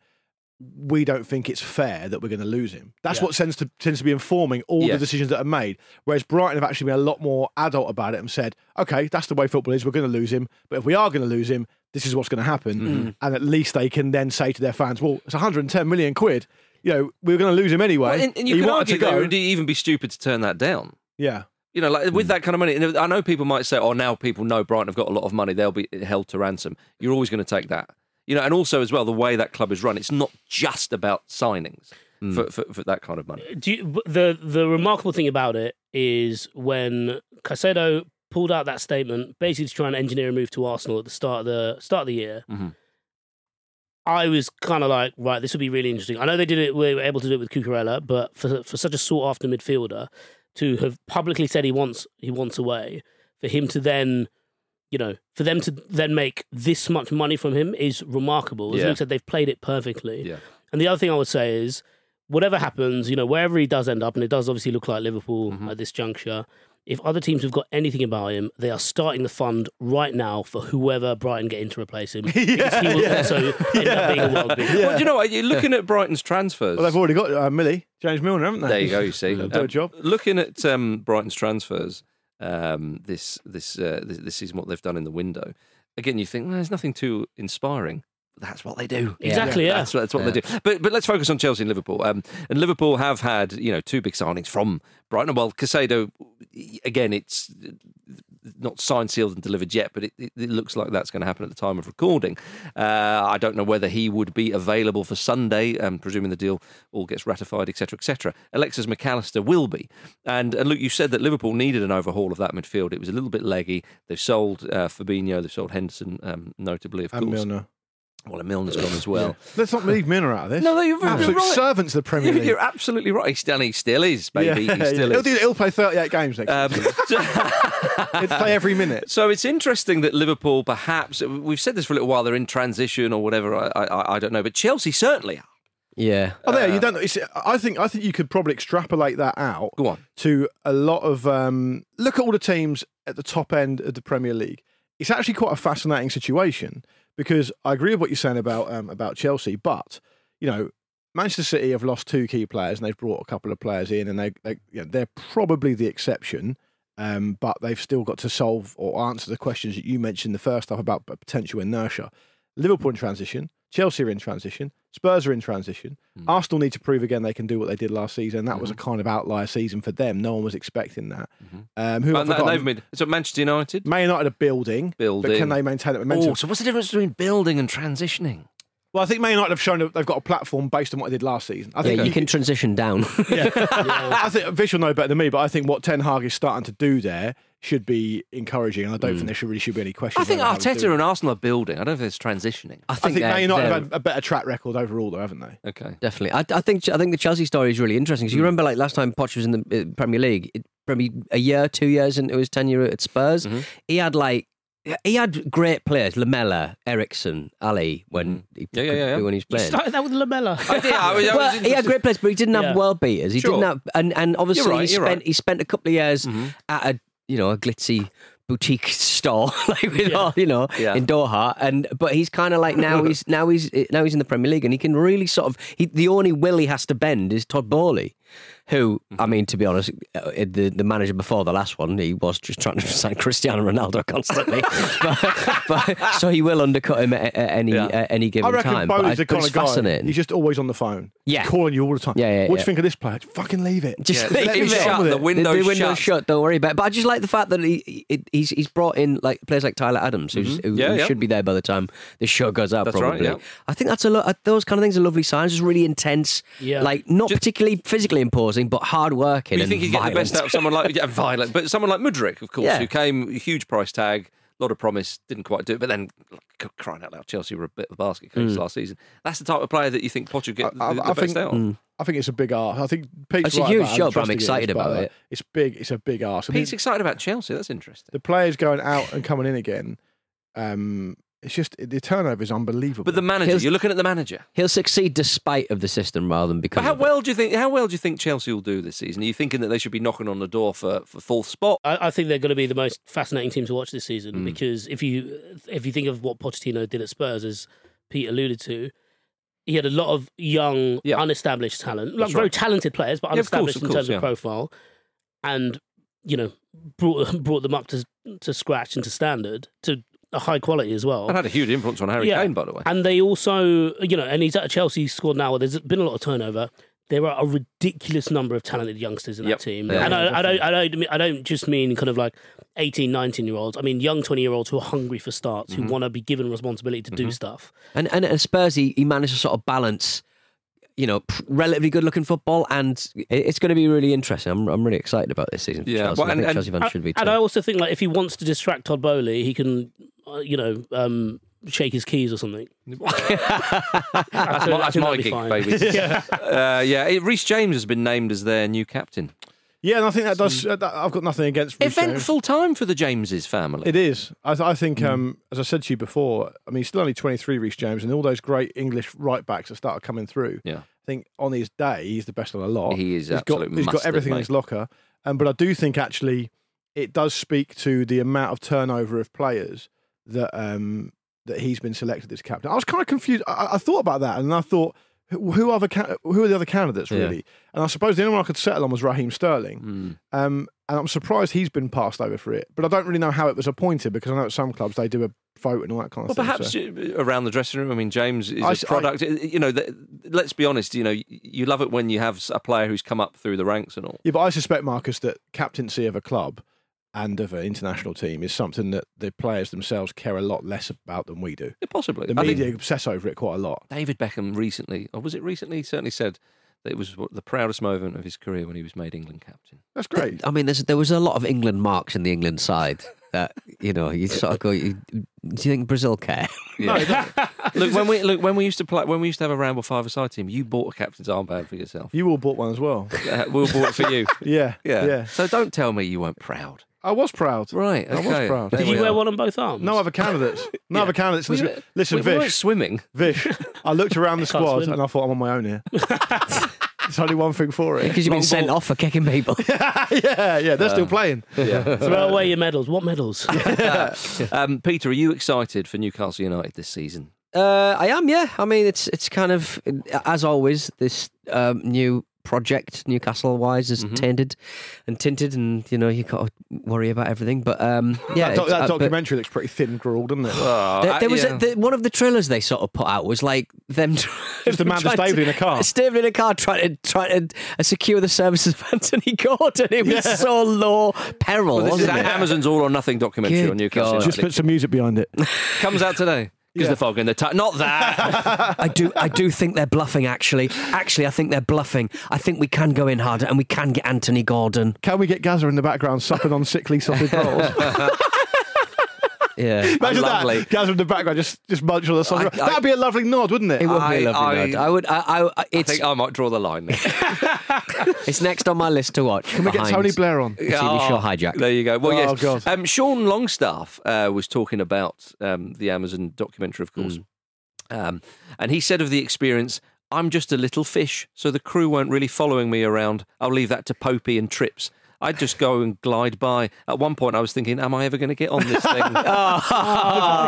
Speaker 3: We don't think it's fair that we're going to lose him. That's
Speaker 7: Yeah.
Speaker 3: what tends to tends to be informing all
Speaker 6: Yeah.
Speaker 3: the decisions that are made. Whereas Brighton have actually been a lot more adult about it and said, okay, that's the way football is. We're going to lose him, but if we are going to lose him, this is what's going to happen.
Speaker 6: Mm-hmm. Mm.
Speaker 3: And at least they can then say to their fans, well, it's 110 million quid. You know, we were going to lose him anyway.
Speaker 6: Well, and, and you
Speaker 3: He
Speaker 6: could
Speaker 3: wanted
Speaker 6: argue that it would even be stupid to turn that down.
Speaker 3: Yeah.
Speaker 6: You know, like with
Speaker 3: Hmm.
Speaker 6: that kind of money, and I know people might say, "Oh, now people know Brighton have got a lot of money; they'll be held to ransom." You're always going to take that, you know. And also, as well, the way that club is run, it's not just about signings
Speaker 3: Hmm.
Speaker 6: for, for, for that kind of money.
Speaker 7: Do you, but the the remarkable thing about it is when Caicedo pulled out that statement, basically to try and engineer a move to Arsenal at the start of the start of the year.
Speaker 6: Mhm.
Speaker 7: I was kind of like, right, this would be really interesting. I know they did it; we were able to do it with Cucurella, but for for such a sought after midfielder to have publicly said he wants he wants away, for him to then. You know, for them to then make this much money from him is remarkable. As
Speaker 6: Yeah.
Speaker 7: Luke said, they've played it perfectly.
Speaker 6: Yeah.
Speaker 7: And the other thing I would say is, whatever happens, you know, wherever he does end up, and it does obviously look like Liverpool at this juncture. If other teams have got anything about him, they are starting the fund right now for whoever Brighton get in to replace him. because he will also end up being a world beater.
Speaker 6: Well, do you know what? You're looking at Brighton's transfers.
Speaker 3: Well, they've already got uh, Millie, James Milner, haven't they?
Speaker 6: There you go. You see,
Speaker 3: They'll do
Speaker 6: Um,
Speaker 3: a job.
Speaker 6: Looking at um, Brighton's transfers, um, this this, uh, this this is what they've done in the window. Again, you think well, there's nothing too inspiring. but That's what they do.
Speaker 7: Exactly, yeah.
Speaker 6: That's, that's what they do. But but let's focus on Chelsea and Liverpool. Um, and Liverpool have had you know two big signings from Brighton. Well, Casado, again, it's not signed, sealed, and delivered yet, but it, it, it looks like that's going to happen at the time of recording. Uh, I don't know whether he would be available for Sunday, um, presuming the deal all gets ratified, etc., etc. Alexis McAllister will be. And, and Luke, you said that Liverpool needed an overhaul of that midfield. It was a little bit leggy. They've sold uh, Fabinho, they've sold Henderson, um, notably, of
Speaker 3: And
Speaker 6: course.
Speaker 3: Milner.
Speaker 6: Well, and Milner's gone as well.
Speaker 3: Let's not leave Milner out of this.
Speaker 6: No, no, you're- you're
Speaker 3: absolute
Speaker 6: right.
Speaker 3: servants of the Premier
Speaker 6: You're,
Speaker 3: League.
Speaker 6: you're absolutely right. He's, and he still is, baby. he still
Speaker 3: He'll,
Speaker 6: is.
Speaker 3: do, he'll play 38 games next
Speaker 6: Um,
Speaker 3: season. He'll play every minute.
Speaker 6: So it's interesting that Liverpool, perhaps we've said this for a little while, they're in transition or whatever. I, I, I don't know, but Chelsea certainly are.
Speaker 4: Yeah.
Speaker 3: Oh,
Speaker 6: Uh,
Speaker 3: there you don't. It's, I think I think you could probably extrapolate that out
Speaker 6: Go on.
Speaker 3: to a lot of um, look at all the teams at the top end of the Premier League. It's actually quite a fascinating situation because I agree with what you're saying about um, about Chelsea, but you know Manchester City have lost two key players and they've brought a couple of players in, and they, they you know, they're probably the exception. Um, but they've still got to solve or answer the questions that you mentioned the first half about p- potential inertia. Liverpool in transition, Chelsea are in transition, Spurs are in transition.
Speaker 6: Hmm.
Speaker 3: Arsenal need to prove again they can do what they did last season. That was a
Speaker 6: Mm-hmm.
Speaker 3: kind of outlier season for them. No one was expecting that. Um, who have
Speaker 6: And
Speaker 3: I
Speaker 6: that-
Speaker 3: forgotten?
Speaker 6: Mm-hmm. they've made so Manchester United.
Speaker 3: Man United are building, but
Speaker 6: Building.
Speaker 3: can they maintain that momentum?
Speaker 6: Oh, so what's the difference between building and transitioning?
Speaker 3: Well, I think Man United have shown that they've got a platform based on what they did last season. I
Speaker 4: Yeah,
Speaker 3: think
Speaker 4: you can transition down.
Speaker 3: I think Vish will know better than me, but I think what Ten Hag is starting to do there should be encouraging, and I don't think there should really should be any question.
Speaker 6: Mm. I think Arteta
Speaker 3: I
Speaker 6: and Arsenal are building. I don't think it's transitioning.
Speaker 4: I
Speaker 3: think
Speaker 4: they're-
Speaker 3: Man United
Speaker 4: they're-
Speaker 3: have had a better track record overall, though, haven't they?
Speaker 6: Okay.
Speaker 4: Definitely, I, I think I think the Chelsea story is really interesting
Speaker 6: Hmm.
Speaker 4: because you remember like last time Poch was in
Speaker 6: Mm-hmm.
Speaker 4: the uh, Premier League, it, probably a year, two years into his tenure at Spurs, he had like he had great players, Lamella, Ericsson, Ali when he
Speaker 6: Mm-hmm. Yeah, yeah,
Speaker 4: could
Speaker 6: yeah, yeah.
Speaker 4: do when he's
Speaker 7: You
Speaker 4: playing.
Speaker 7: started that with Lamella.
Speaker 6: Yeah, I was, I was
Speaker 4: well, he had
Speaker 6: interested.
Speaker 4: great players, but he didn't have
Speaker 7: Yeah.
Speaker 4: world beaters. He
Speaker 6: Sure.
Speaker 4: didn't have, and and obviously
Speaker 6: right,
Speaker 4: he
Speaker 6: you're
Speaker 4: spent
Speaker 6: right. Mm-hmm.
Speaker 4: he spent a couple of years at a you know a glitzy boutique store like with
Speaker 7: Yeah.
Speaker 4: all you know
Speaker 6: Yeah.
Speaker 4: in Doha, and but he's kind of like now he's now he's now he's in the Premier League and he can really sort of he, the only will he has to bend is Todd Bowley. Who I
Speaker 6: Mm-hmm.
Speaker 4: mean, to be honest, uh, the the manager before the last one, he was just trying to sign Cristiano Ronaldo constantly, but, but, so he will undercut him at, at any
Speaker 6: Yeah.
Speaker 4: at any given
Speaker 3: I reckon
Speaker 4: time. but I-
Speaker 3: Bowley's the
Speaker 4: but
Speaker 3: kind
Speaker 4: it's
Speaker 3: of guy.
Speaker 4: fascinating.
Speaker 3: He's just always on the phone.
Speaker 4: Yeah.
Speaker 3: calling you all the time.
Speaker 4: Yeah, yeah,
Speaker 3: What do
Speaker 4: yeah.
Speaker 3: you think of this player? Fucking leave it.
Speaker 4: Just
Speaker 6: Yeah,
Speaker 4: leave
Speaker 6: let me
Speaker 4: it.
Speaker 6: shut
Speaker 4: on with
Speaker 6: the
Speaker 4: it.
Speaker 6: window
Speaker 4: the, the window
Speaker 6: shut.
Speaker 4: shut. Don't worry about. it. But I just like the fact that he, he he's he's brought in like players like Tyler Adams, who's, who,
Speaker 6: Mm-hmm. Yeah,
Speaker 4: who
Speaker 6: yeah.
Speaker 4: should be there by the time the show goes out.
Speaker 6: That's right,
Speaker 4: probably.
Speaker 6: yeah.
Speaker 4: I think that's a lot. Those kind of things are lovely signs. It's really intense.
Speaker 7: Yeah.
Speaker 4: Like not
Speaker 6: Just-
Speaker 4: particularly physically imposing, but hard working.
Speaker 6: But you
Speaker 4: and
Speaker 6: think you get the
Speaker 4: violent.
Speaker 6: best out of someone like yeah, violent, but someone like Mudrick, of course,
Speaker 4: Yeah.
Speaker 6: who came huge price tag, a lot of promise, didn't quite do it, but then like, c- crying out loud, Chelsea were a bit of a basket case last season. That's the type of player that you think mm, Poch would get the,
Speaker 3: I- I
Speaker 6: the best
Speaker 3: think- mm.
Speaker 6: out. of.
Speaker 3: I think it's a big ask. I think Pete's
Speaker 4: It's a
Speaker 3: right
Speaker 4: huge
Speaker 3: about it.
Speaker 4: job, but I'm
Speaker 3: trusting it,
Speaker 4: excited
Speaker 3: but,
Speaker 4: about
Speaker 3: uh,
Speaker 4: it.
Speaker 3: It's big. It's a big ask. I mean,
Speaker 6: Pete's excited about Chelsea. That's interesting.
Speaker 3: the players going out and coming in again. Um, it's just the turnover is unbelievable.
Speaker 6: But the manager,
Speaker 4: Here's-
Speaker 6: you're looking at the manager.
Speaker 4: He'll succeed despite of the system rather than because.
Speaker 6: But how
Speaker 4: of it.
Speaker 6: well do you think? How well do you think Chelsea will do this season? Are you thinking that they should be knocking on the door for for fourth spot?
Speaker 7: I, I think they're going to be the most fascinating team to watch this season
Speaker 6: Mm.
Speaker 7: because if you if you think of what Pochettino did at Spurs, as Pete alluded to, he had a lot of young,
Speaker 6: Yeah.
Speaker 7: unestablished talent, like
Speaker 6: That's
Speaker 7: very
Speaker 6: right.
Speaker 7: talented players, but
Speaker 6: Yeah, of course,
Speaker 7: unestablished
Speaker 6: of
Speaker 7: in
Speaker 6: course,
Speaker 7: terms
Speaker 6: yeah.
Speaker 7: of profile, and you know brought brought them up to to scratch and to standard to a high quality as well.
Speaker 6: That had a huge influence on Harry Kane, by the way.
Speaker 7: And they also, you know, and he's at a Chelsea squad now where there's been a lot of turnover. There are a ridiculous number of talented youngsters in
Speaker 6: Yep.
Speaker 7: that team.
Speaker 4: Yeah.
Speaker 7: And I, I don't I don't mean- I don't just mean kind of like 18, 19 year olds. I mean young 20 year olds who are hungry for starts,
Speaker 6: Mm-hmm.
Speaker 7: who want to be given responsibility to do stuff.
Speaker 4: And and at Spurs, he, he managed to sort of balance, you know, pr- relatively good looking football, and it- it's going to be really interesting. I'm, I'm really excited about this season. For
Speaker 6: Yeah,
Speaker 4: Chelsea.
Speaker 6: well,
Speaker 4: I think
Speaker 6: and- and-
Speaker 4: Chelsea fans should be.
Speaker 7: and
Speaker 4: too.
Speaker 7: I also think like if he wants to distract Todd Bowley, he can, uh, you know, um, shake his keys or something.
Speaker 6: That's
Speaker 7: think-
Speaker 6: my,
Speaker 7: I
Speaker 6: that's
Speaker 7: think
Speaker 6: my
Speaker 7: that'd be
Speaker 6: gig,
Speaker 7: fine.
Speaker 6: baby. yeah, uh, yeah. Reece James has been named as their new captain.
Speaker 3: yeah, and I think that
Speaker 4: Mm.
Speaker 3: does. uh, that, I've got nothing against. Russo.
Speaker 6: Eventful time for the Jameses family.
Speaker 3: It is. I, th- I think,
Speaker 6: Mm.
Speaker 3: um, as I said to you before, I mean, he's still only 23, Reece James, and all those great English right backs that started coming through.
Speaker 6: Yeah.
Speaker 3: I think on his day, he's the best on a lot.
Speaker 6: He is
Speaker 3: He's got,
Speaker 6: absolute
Speaker 3: he's got
Speaker 6: mustard,
Speaker 3: everything in
Speaker 6: mate.
Speaker 3: his locker. Um, but I do think actually it does speak to the amount of turnover of players that um, that he's been selected as captain. I was kind of confused. I, I- I thought about that, and I thought, who who are the ca- who are the other candidates really? And I suppose the only one I could settle on was Raheem
Speaker 6: Mm.
Speaker 3: Sterling.
Speaker 6: Hmm.
Speaker 3: Um, and I'm surprised he's been passed over for it. But I don't really know how it was appointed because I know at some clubs they do a vote and all that kind
Speaker 6: Well,
Speaker 3: of thing.
Speaker 6: perhaps
Speaker 3: so-
Speaker 6: uh, around the dressing room. I mean, James is
Speaker 3: I
Speaker 6: a
Speaker 3: s- I-
Speaker 6: product. Uh, you know, th let's be honest. You know, y- you love it when you have s- a player who's come up through the ranks and all.
Speaker 3: Yeah, but I suspect Marcus that captaincy of a club and of an international team is something that the players themselves care a lot less about than we do.
Speaker 6: Yeah, possibly.
Speaker 3: The
Speaker 6: I think
Speaker 3: media obsess over it quite a lot.
Speaker 6: David Beckham recently, or was it recently? Certainly said that it was what- the proudest moment of his career when he was made England captain.
Speaker 3: That's
Speaker 4: Th-
Speaker 3: great.
Speaker 4: I mean, there's, there was a lot of England marks in the England side that you know you sort of go. You, do you think Brazil care?
Speaker 6: look when we look when we used to play when we used to have a ramble five a side team. You bought a captain's armband for yourself.
Speaker 3: You all bought one as well.
Speaker 6: Uh, we'll bought it for you.
Speaker 3: Yeah,
Speaker 6: Yeah.
Speaker 3: yeah.
Speaker 6: So don't tell me you weren't proud.
Speaker 3: I was proud.
Speaker 6: Right.
Speaker 3: I was
Speaker 6: okay.
Speaker 3: proud.
Speaker 6: There
Speaker 7: Did you
Speaker 6: we
Speaker 7: wear
Speaker 6: are.
Speaker 7: one on both arms?
Speaker 3: No other candidates. No other candidates.
Speaker 6: We
Speaker 3: Listen,
Speaker 6: were-
Speaker 3: listen
Speaker 6: we, we weren't
Speaker 3: Vish.
Speaker 6: swimming.
Speaker 3: Vish. I looked around the
Speaker 7: Can't
Speaker 3: squad
Speaker 7: swim.
Speaker 3: and I thought I'm on my own here. There's only one thing for it.
Speaker 4: Because you've been
Speaker 3: Long
Speaker 4: sent
Speaker 3: ball.
Speaker 4: off for kicking people.
Speaker 3: yeah, yeah. They're
Speaker 4: Um,
Speaker 3: still playing.
Speaker 7: Throw away your medals. What medals?
Speaker 6: Um, Peter, are you excited for Newcastle United this season?
Speaker 4: Uh, I am, yeah. I mean, it's it's kind of as always this um, new project Newcastle wise is tainted and tinted, and you know you got to worry about everything. But um, yeah,
Speaker 3: that, doc-
Speaker 4: it's-
Speaker 3: that
Speaker 4: uh, but-
Speaker 3: documentary looks pretty thin gruel, doesn't it?
Speaker 4: There, there was
Speaker 6: yeah.
Speaker 4: a, the, one of the trailers they sort of put out was like them
Speaker 3: Just a man
Speaker 4: trying
Speaker 3: that's
Speaker 4: to-
Speaker 3: in a car.
Speaker 4: stabled in a car, trying to try to uh, secure the services of Anthony Gordon. It was so low peril,
Speaker 6: Well, this is
Speaker 4: wasn't it?
Speaker 6: Amazon's All or Nothing documentary
Speaker 4: Good
Speaker 6: on Newcastle.
Speaker 4: God.
Speaker 6: United.
Speaker 3: Just put some music behind it.
Speaker 6: comes out today. Because
Speaker 3: Yeah.
Speaker 6: the fog and the tide. Not that.
Speaker 4: I do, I do think they're bluffing. Actually, actually, I think they're bluffing. I think we can go in harder and we can get Anthony Gordon.
Speaker 3: Can we get Gaza in the background supping on sickly sausage rolls?
Speaker 4: Yeah.
Speaker 3: Imagine
Speaker 6: Lovely.
Speaker 3: that. Guys from the background just just munch on the song.
Speaker 6: I- I-
Speaker 3: That'd be a lovely nod, wouldn't it?
Speaker 4: It would
Speaker 6: I-
Speaker 4: be a lovely
Speaker 6: I-
Speaker 4: nod. I would. I. I
Speaker 6: I
Speaker 4: it's
Speaker 6: think I might draw the line. There.
Speaker 4: it's next on my list to watch. Can
Speaker 3: we get Tony Blair on?
Speaker 4: TV show Hijack.
Speaker 6: There you go. Well,
Speaker 3: Oh,
Speaker 6: yes.
Speaker 3: God.
Speaker 6: Um, Sean Longstaff uh, was talking about um, the Amazon documentary, of course,
Speaker 4: Hmm.
Speaker 6: um, and he said of the experience, "I'm just a little fish, so the crew weren't really following me around. I'll leave that to Popey and Trips." I'd just go and glide by. At one point, I was thinking, "Am I ever going to get on this thing?"
Speaker 4: Ah.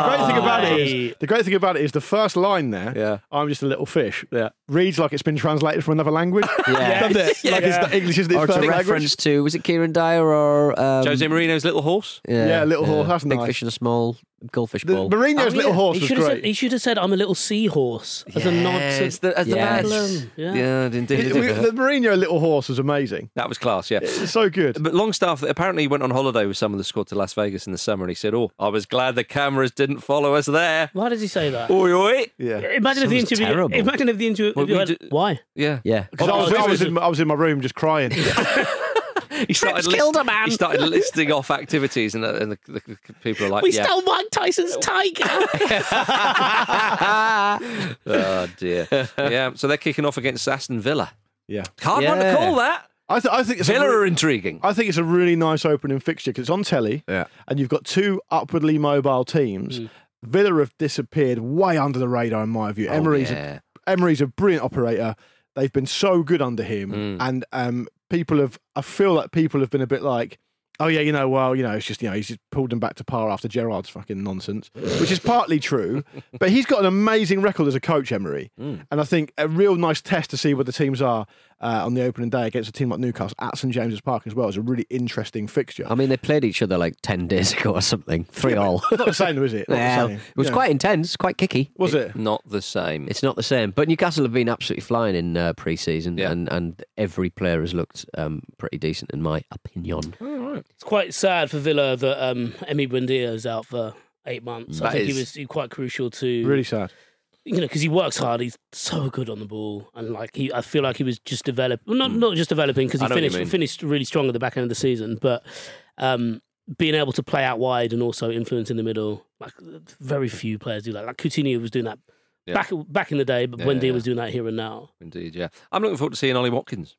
Speaker 3: Oh, the great thing about it
Speaker 7: Right.
Speaker 3: is the great thing about it is the first line there.
Speaker 6: Yeah.
Speaker 3: I'm just a little fish. Yeah, reads like it's been translated from another language.
Speaker 4: Yeah.
Speaker 3: doesn't it? Like it's the English isn't its
Speaker 4: Or it's a
Speaker 3: third
Speaker 4: reference
Speaker 3: language.
Speaker 4: to was it Kieran Dyer or um,
Speaker 6: Jose Marino's little horse.
Speaker 4: Yeah,
Speaker 3: Yeah, Little Horse, that's
Speaker 4: big
Speaker 3: nice.
Speaker 4: fish and a small goldfish
Speaker 3: The,
Speaker 4: ball.
Speaker 3: Mourinho's
Speaker 7: Oh,
Speaker 3: little
Speaker 7: yeah.
Speaker 3: horse
Speaker 7: he
Speaker 3: was
Speaker 7: should have Said, he
Speaker 3: great.
Speaker 7: should have said, "I'm a little seahorse" as a nod to
Speaker 6: Yes, the, as the
Speaker 4: Yes.
Speaker 6: badge.
Speaker 7: Yeah.
Speaker 6: yeah indeed.
Speaker 3: It- we- the Mourinho little horse was amazing.
Speaker 6: that was class. Yeah,
Speaker 3: It's so good.
Speaker 6: But Longstaff apparently went on holiday with some of the squad to Las Vegas in the summer, and he said, "Oh, I was glad the cameras didn't follow us there."
Speaker 7: Why does he say that?
Speaker 6: Oi, oi.
Speaker 3: Yeah.
Speaker 7: Imagine if the
Speaker 4: Sounds
Speaker 7: interview.
Speaker 4: terrible.
Speaker 7: Imagine if the interview.
Speaker 6: Oh, Well, we
Speaker 7: had-
Speaker 6: do-
Speaker 7: why?
Speaker 6: Yeah,
Speaker 4: Yeah.
Speaker 3: 'Cause I,
Speaker 7: Oh,
Speaker 3: was, I,
Speaker 7: this
Speaker 3: was
Speaker 7: was-
Speaker 3: in, I was in my room just crying.
Speaker 6: He started
Speaker 7: Trips killed a man.
Speaker 6: He started listing off activities, and, the, and the, the, the people are like,
Speaker 7: We
Speaker 6: "Yeah,
Speaker 7: stole Mike Tyson's tiger.
Speaker 6: oh dear, yeah." So they're kicking off against Aston Villa.
Speaker 3: yeah,
Speaker 6: Hard one to
Speaker 4: Yeah.
Speaker 6: call that.
Speaker 3: I, th- I think it's a
Speaker 6: Villa
Speaker 3: re-
Speaker 6: are intriguing.
Speaker 3: I think it's a really nice opening fixture because it's on telly,
Speaker 4: Yeah.
Speaker 3: and you've got two upwardly mobile teams. Villa have disappeared way under the radar, in my view.
Speaker 6: Oh,
Speaker 3: Emery's
Speaker 6: yeah.
Speaker 3: a, Emery's a brilliant operator. They've been so good under him,
Speaker 4: Mm.
Speaker 3: and um, people have. I feel like people have been a bit like, oh yeah, you know, well, you know, it's just you know, he's just pulled them back to par after Gerard's fucking nonsense, which is partly true, but he's got an amazing record as a coach, Emery,
Speaker 4: Mm.
Speaker 3: and I think a real nice test to see where the teams are uh, on the opening day against a team like Newcastle at St James's Park as well is a really interesting fixture.
Speaker 4: I mean, they played each other like ten days ago or something. Three all.
Speaker 3: It's not the same, though, is it? Not the
Speaker 4: Well,
Speaker 3: same.
Speaker 4: it was
Speaker 3: Yeah.
Speaker 4: quite intense, quite kicky.
Speaker 3: Was it?
Speaker 6: Not the same.
Speaker 4: It's not the same, but Newcastle have been absolutely flying in uh, pre-season,
Speaker 6: Yeah.
Speaker 4: and, and every player has looked um, pretty decent in my opinion.
Speaker 6: Hmm.
Speaker 7: It's quite sad for Villa that um, Emi Buendia is out for eight months. I
Speaker 6: That
Speaker 7: think
Speaker 6: is-
Speaker 7: he was he quite crucial to
Speaker 3: Really sad.
Speaker 7: you know because he works hard. He's so good on the ball, and like he, I feel like he was just developing. Well, not not just developing because
Speaker 6: Hmm. I
Speaker 7: he
Speaker 6: know what you
Speaker 7: finished
Speaker 6: mean.
Speaker 7: finished really strong at the back end of the season, but um, being able to play out wide and also influence in the middle, like very few players do that. Like Coutinho was doing that
Speaker 6: Yeah.
Speaker 7: back back in the day, but
Speaker 6: Yeah,
Speaker 7: Buendia
Speaker 6: yeah,
Speaker 7: was
Speaker 6: yeah.
Speaker 7: doing that here and now.
Speaker 6: Indeed, yeah. I'm looking forward to seeing Ollie Watkins.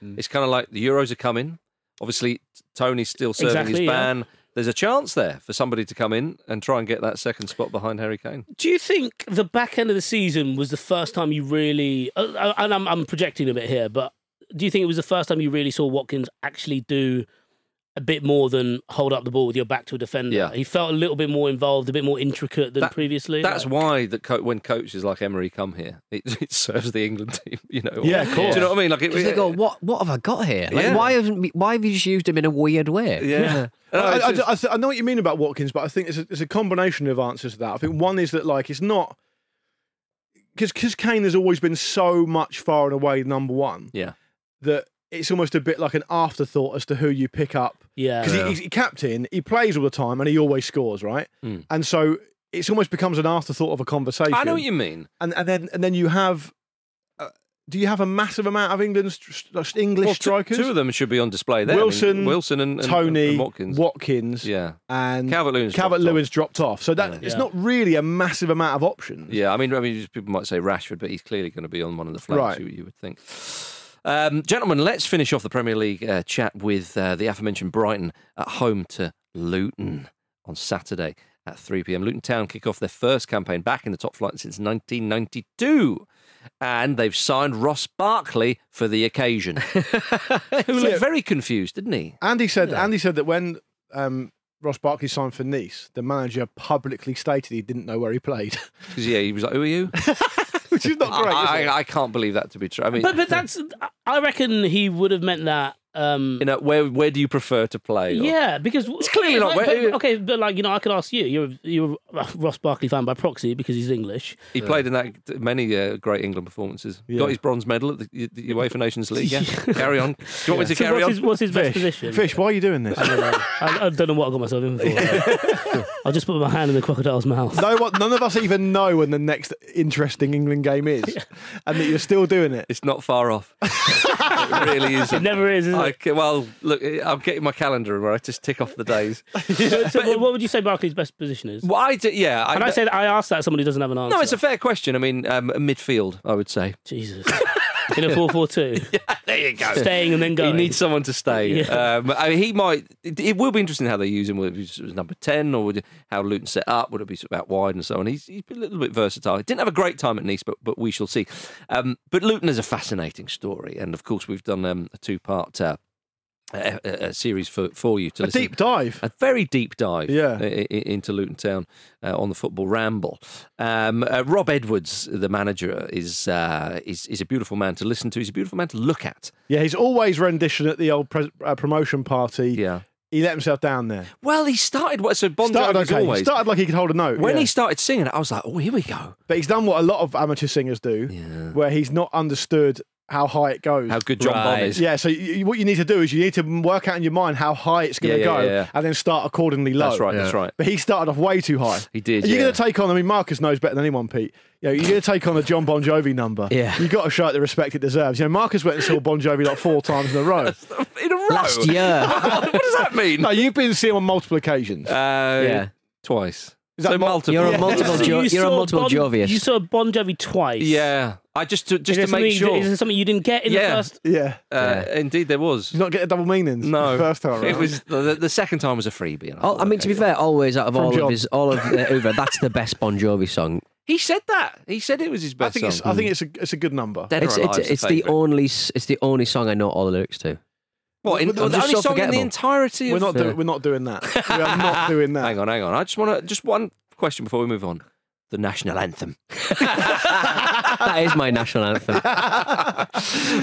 Speaker 3: Hmm.
Speaker 6: It's kind of like the Euros are coming. Obviously, Tony's still serving
Speaker 7: Exactly,
Speaker 6: his
Speaker 7: yeah.
Speaker 6: ban. There's a chance there for somebody to come in and try and get that second spot behind Harry Kane.
Speaker 7: Do you think the back end of the season was the first time you really? uh, uh, And I'm, I'm projecting a bit here, but do you think it was the first time you really saw Watkins actually do a bit more than hold up the ball with your back to a defender?
Speaker 6: Yeah.
Speaker 7: He felt a little bit more involved, a bit more intricate than
Speaker 6: That-
Speaker 7: previously.
Speaker 6: That's
Speaker 7: Like,
Speaker 6: why that co- when coaches like Emery come here, it, it serves the England team. You know,
Speaker 3: Yeah, of course.
Speaker 6: Do you know what I mean? Like, it,
Speaker 4: Because they
Speaker 3: uh,
Speaker 4: go, what what have I got here? Like,
Speaker 6: Yeah.
Speaker 4: why haven't we- why have you just used him in a weird way?
Speaker 6: Yeah, No,
Speaker 3: I,
Speaker 6: it's
Speaker 3: I- I-
Speaker 6: just-
Speaker 3: I th- I know what you mean about Watkins, but I think there's a, there's a combination of answers to that. I think one is that like it's not because Kane has always been so much far and away number one
Speaker 6: yeah.
Speaker 3: that it's almost a bit like an afterthought as to who you pick up
Speaker 7: yeah,
Speaker 3: because he, he's a captain, he plays all the time, and he always scores, right?
Speaker 6: Mm.
Speaker 3: And so it's almost becomes an afterthought of a conversation.
Speaker 6: I know what you mean.
Speaker 3: and and then and then you have. Uh, do you have a massive amount of England's str- str- English
Speaker 6: Well, t-
Speaker 3: strikers?
Speaker 6: two of them should be on display there. I mean,
Speaker 3: Wilson,
Speaker 6: Wilson, and, and-
Speaker 3: Tony,
Speaker 6: and Watkins.
Speaker 3: Watkins,
Speaker 6: Yeah,
Speaker 3: and
Speaker 6: Calvert-Lewin's dropped
Speaker 3: Calvert Lewin's dropped off. So that
Speaker 6: Yeah.
Speaker 3: it's
Speaker 7: Yeah.
Speaker 3: not really a massive amount of options.
Speaker 6: yeah. I mean, I mean, people might say Rashford, but he's clearly going to be on one of the flanks.
Speaker 3: Right.
Speaker 6: You, you would think. Um, gentlemen, let's finish off the Premier League uh, chat with uh, the aforementioned Brighton at home to Luton on Saturday at 3 pm. Luton Town kick off their first campaign back in the top flight since 1992. And they've signed Ross Barkley for the occasion. Who looked very confused, didn't he?
Speaker 3: Andy said Andy said that when um, Ross Barkley signed for Nice, the manager publicly stated he didn't know where he played,
Speaker 6: 'Cause, yeah, he was like, "Who are you?"
Speaker 3: which is not great.
Speaker 6: I,
Speaker 3: is it?
Speaker 6: I, I can't believe that to be true. I mean,
Speaker 7: but but that's I reckon he would have meant that. Um,
Speaker 6: you know, where where do you prefer to play? or-
Speaker 7: yeah, because it's
Speaker 6: clearly not where-
Speaker 7: okay, but like you know, I could ask you. You're you're a Ross Barkley fan by proxy because he's English.
Speaker 6: He played in that many uh, great England performances. Got his bronze medal at the, the UEFA Nations League. Yeah, carry on. Do you want me to
Speaker 7: So
Speaker 6: carry
Speaker 7: what's
Speaker 6: on?
Speaker 7: his, what's his best position?
Speaker 3: Fish, why are you doing this?
Speaker 7: I, I don't know what I got myself in for. I'll just put my hand in the crocodile's mouth.
Speaker 3: no, one, none of us even know when the next interesting England game is, and that you're still doing it.
Speaker 6: It's not far off. it really isn't.
Speaker 7: It never is, is it?
Speaker 6: Like, well, look, eh, I'm getting my calendar where I just tick off the days.
Speaker 7: So what- what would you say Barkley's best position is?
Speaker 6: Well, I do, yeah.
Speaker 7: And I say that I asked that someone who doesn't have an answer.
Speaker 6: No, it's a fair question. I mean, um, midfield, I would say.
Speaker 7: Jesus. In a 4 4 2.
Speaker 6: There you go.
Speaker 7: Staying and then
Speaker 6: He
Speaker 7: going.
Speaker 6: needs someone to stay.
Speaker 7: Yeah.
Speaker 6: Um, I mean, he might. It, it will be interesting how they use him. Whether it was number ten, or would, how Luton set up, would it be sort of out wide and so on? He's, he's a little bit versatile. He didn't have a great time at Nice, but but we shall see. Um, but Luton is a fascinating story, and of course we've done um, a two part uh, a, a- a series for for you to
Speaker 3: A
Speaker 6: listen. Uh,
Speaker 3: deep dive.
Speaker 6: A very deep dive
Speaker 3: Yeah.
Speaker 6: i- i- into Luton Town uh, on the football ramble. Um, uh, Rob Edwards, the manager, is, uh, is is a beautiful man to listen to. He's a beautiful man to look at.
Speaker 3: Yeah, he's always rendition at the old pres uh, promotion party.
Speaker 6: Yeah.
Speaker 3: He let himself down there.
Speaker 6: Well, he started what so Bon
Speaker 3: Started
Speaker 6: Jovi as
Speaker 3: okay.
Speaker 6: always.
Speaker 3: Started like he could hold a note.
Speaker 6: when
Speaker 3: yeah.
Speaker 6: he started singing, it, I was like, "Oh, here we go!
Speaker 3: But he's done what a lot of amateur singers do, where he's not understood how high it goes.
Speaker 6: How good John Bon
Speaker 4: Right.
Speaker 6: is!"
Speaker 3: yeah, so you, what you need to do is you need to work out in your mind how high it's going to
Speaker 6: Yeah, yeah,
Speaker 3: go
Speaker 6: yeah, yeah.
Speaker 3: and then start accordingly low.
Speaker 6: That's right, that's Yeah. right.
Speaker 3: But he started off way too high.
Speaker 6: He did,
Speaker 3: You're
Speaker 6: yeah.
Speaker 3: going to take on, I mean, Marcus knows better than anyone, Pete. You know, you're going to take on a John Bon Jovi number.
Speaker 4: Yeah.
Speaker 3: You've got to show it the respect it deserves. You know, Marcus went and saw Bon Jovi like four times in a row.
Speaker 6: In a row.
Speaker 4: Last year.
Speaker 6: what does that mean?
Speaker 3: no, you've been seeing him on multiple occasions.
Speaker 6: Uh,
Speaker 4: Yeah.
Speaker 6: twice.
Speaker 3: Is that
Speaker 6: so
Speaker 3: mul-
Speaker 6: multiple.
Speaker 4: You're a
Speaker 6: Yeah.
Speaker 4: multiple, jo-
Speaker 7: You
Speaker 4: you're a
Speaker 7: saw
Speaker 4: multiple
Speaker 7: bon,
Speaker 4: Jovius.
Speaker 7: You saw Bon Jovi twice.
Speaker 6: Yeah, I just to,
Speaker 7: Is
Speaker 6: just
Speaker 7: there
Speaker 6: to make
Speaker 7: something you-
Speaker 6: sure.
Speaker 7: Is there something you didn't get in
Speaker 6: Yeah.
Speaker 7: the first?
Speaker 3: yeah.
Speaker 6: Uh, Indeed, there was.
Speaker 3: Did you not get a double meaning?
Speaker 6: no,
Speaker 3: The first time,
Speaker 6: it
Speaker 3: around?
Speaker 6: was the, the second time was a freebie. and
Speaker 4: Oh,
Speaker 6: thought,
Speaker 4: I mean,
Speaker 6: okay,
Speaker 4: to be
Speaker 6: yeah.
Speaker 4: fair, always out of
Speaker 3: From
Speaker 4: all
Speaker 3: John.
Speaker 4: of his, all of uh, Uber, that's the best Bon Jovi song.
Speaker 6: he said that. He said it was his
Speaker 3: I
Speaker 6: best
Speaker 3: think it's,
Speaker 6: song.
Speaker 3: I think it's a, it's a good number.
Speaker 6: Dead or
Speaker 4: It's,
Speaker 6: Alive's
Speaker 4: it's,
Speaker 6: the
Speaker 4: it's the
Speaker 6: favourite.
Speaker 4: only s- it's the only song I know all the lyrics to.
Speaker 6: What, in,
Speaker 3: I'm
Speaker 6: the only
Speaker 4: just so
Speaker 6: song in the
Speaker 4: forgettable.
Speaker 6: entirety of
Speaker 3: We're not,
Speaker 4: Yeah.
Speaker 3: do- we're not doing that. We are not doing that.
Speaker 6: Hang on, hang on. I just want to just one question before we move on. The national anthem.
Speaker 4: That is my national anthem.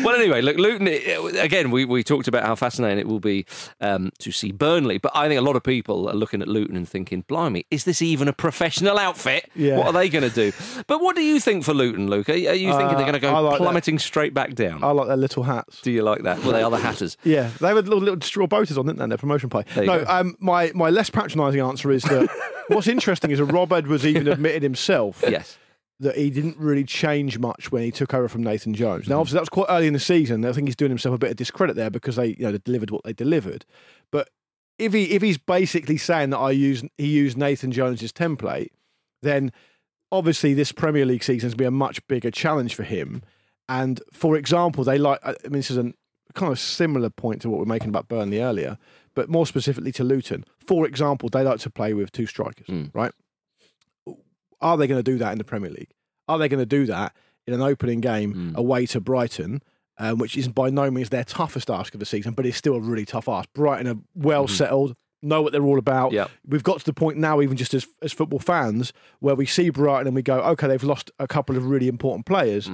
Speaker 6: well, anyway, look, Luton. eh, Again, we, we talked about how fascinating it will be um, to see Burnley, but I think a lot of people are looking at Luton and thinking, "Blimey, is this even a professional outfit?
Speaker 3: Yeah.
Speaker 6: What are they going to do?" But what do you think for Luton, Luke? Are, are you thinking
Speaker 3: Uh,
Speaker 6: they're going to
Speaker 3: I
Speaker 6: go
Speaker 3: like that.
Speaker 6: plummeting straight back down?
Speaker 3: I like their little hats.
Speaker 6: do you like that? Well, they are the Hatters.
Speaker 3: Yeah, they had little, little straw boaters on, didn't they? in Their promotion pie.
Speaker 6: you
Speaker 3: No,
Speaker 6: go.
Speaker 3: um, my my less patronising answer is that what's interesting is that Rob Edwards even admitted himself
Speaker 6: Yes.
Speaker 3: that he didn't really change much when he took over from Nathan Jones. Now, obviously, that was quite early in the season. I think he's doing himself a bit of discredit there because they you know they delivered what they delivered. But if he if he's basically saying that I use he used Nathan Jones's template, then obviously this Premier League season has been a much bigger challenge for him. And for example, they like, I mean, this is a kind of similar point to what we we're making about Burnley earlier, but more specifically to Luton. For example, they like to play with two strikers, right? Are they going to do that in the Premier League? Are they going to do that in an opening game away to Brighton? Um, which is by no means their toughest ask of the season, but it's still a really tough ask. Brighton are well settled, know what they're all about.
Speaker 6: Yep.
Speaker 3: We've got to the point now, even just as, as football fans, where we see Brighton and we go, okay, they've lost a couple of really important players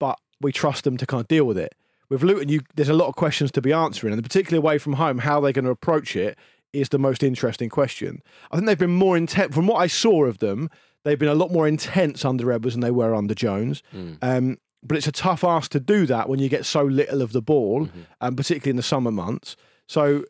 Speaker 3: but we trust them to kind of deal with it. With Luton, you, there's a lot of questions to be answering, and particularly away from home, how they're going to approach it is the most interesting question. I think they've been more intent, from what I saw of them, they've been a lot more intense under Edwards than they were under Jones.
Speaker 6: Mm.
Speaker 3: Um, but it's a tough ask to do that when you get so little of the ball,
Speaker 6: Mm-hmm.
Speaker 3: and particularly in the summer months. So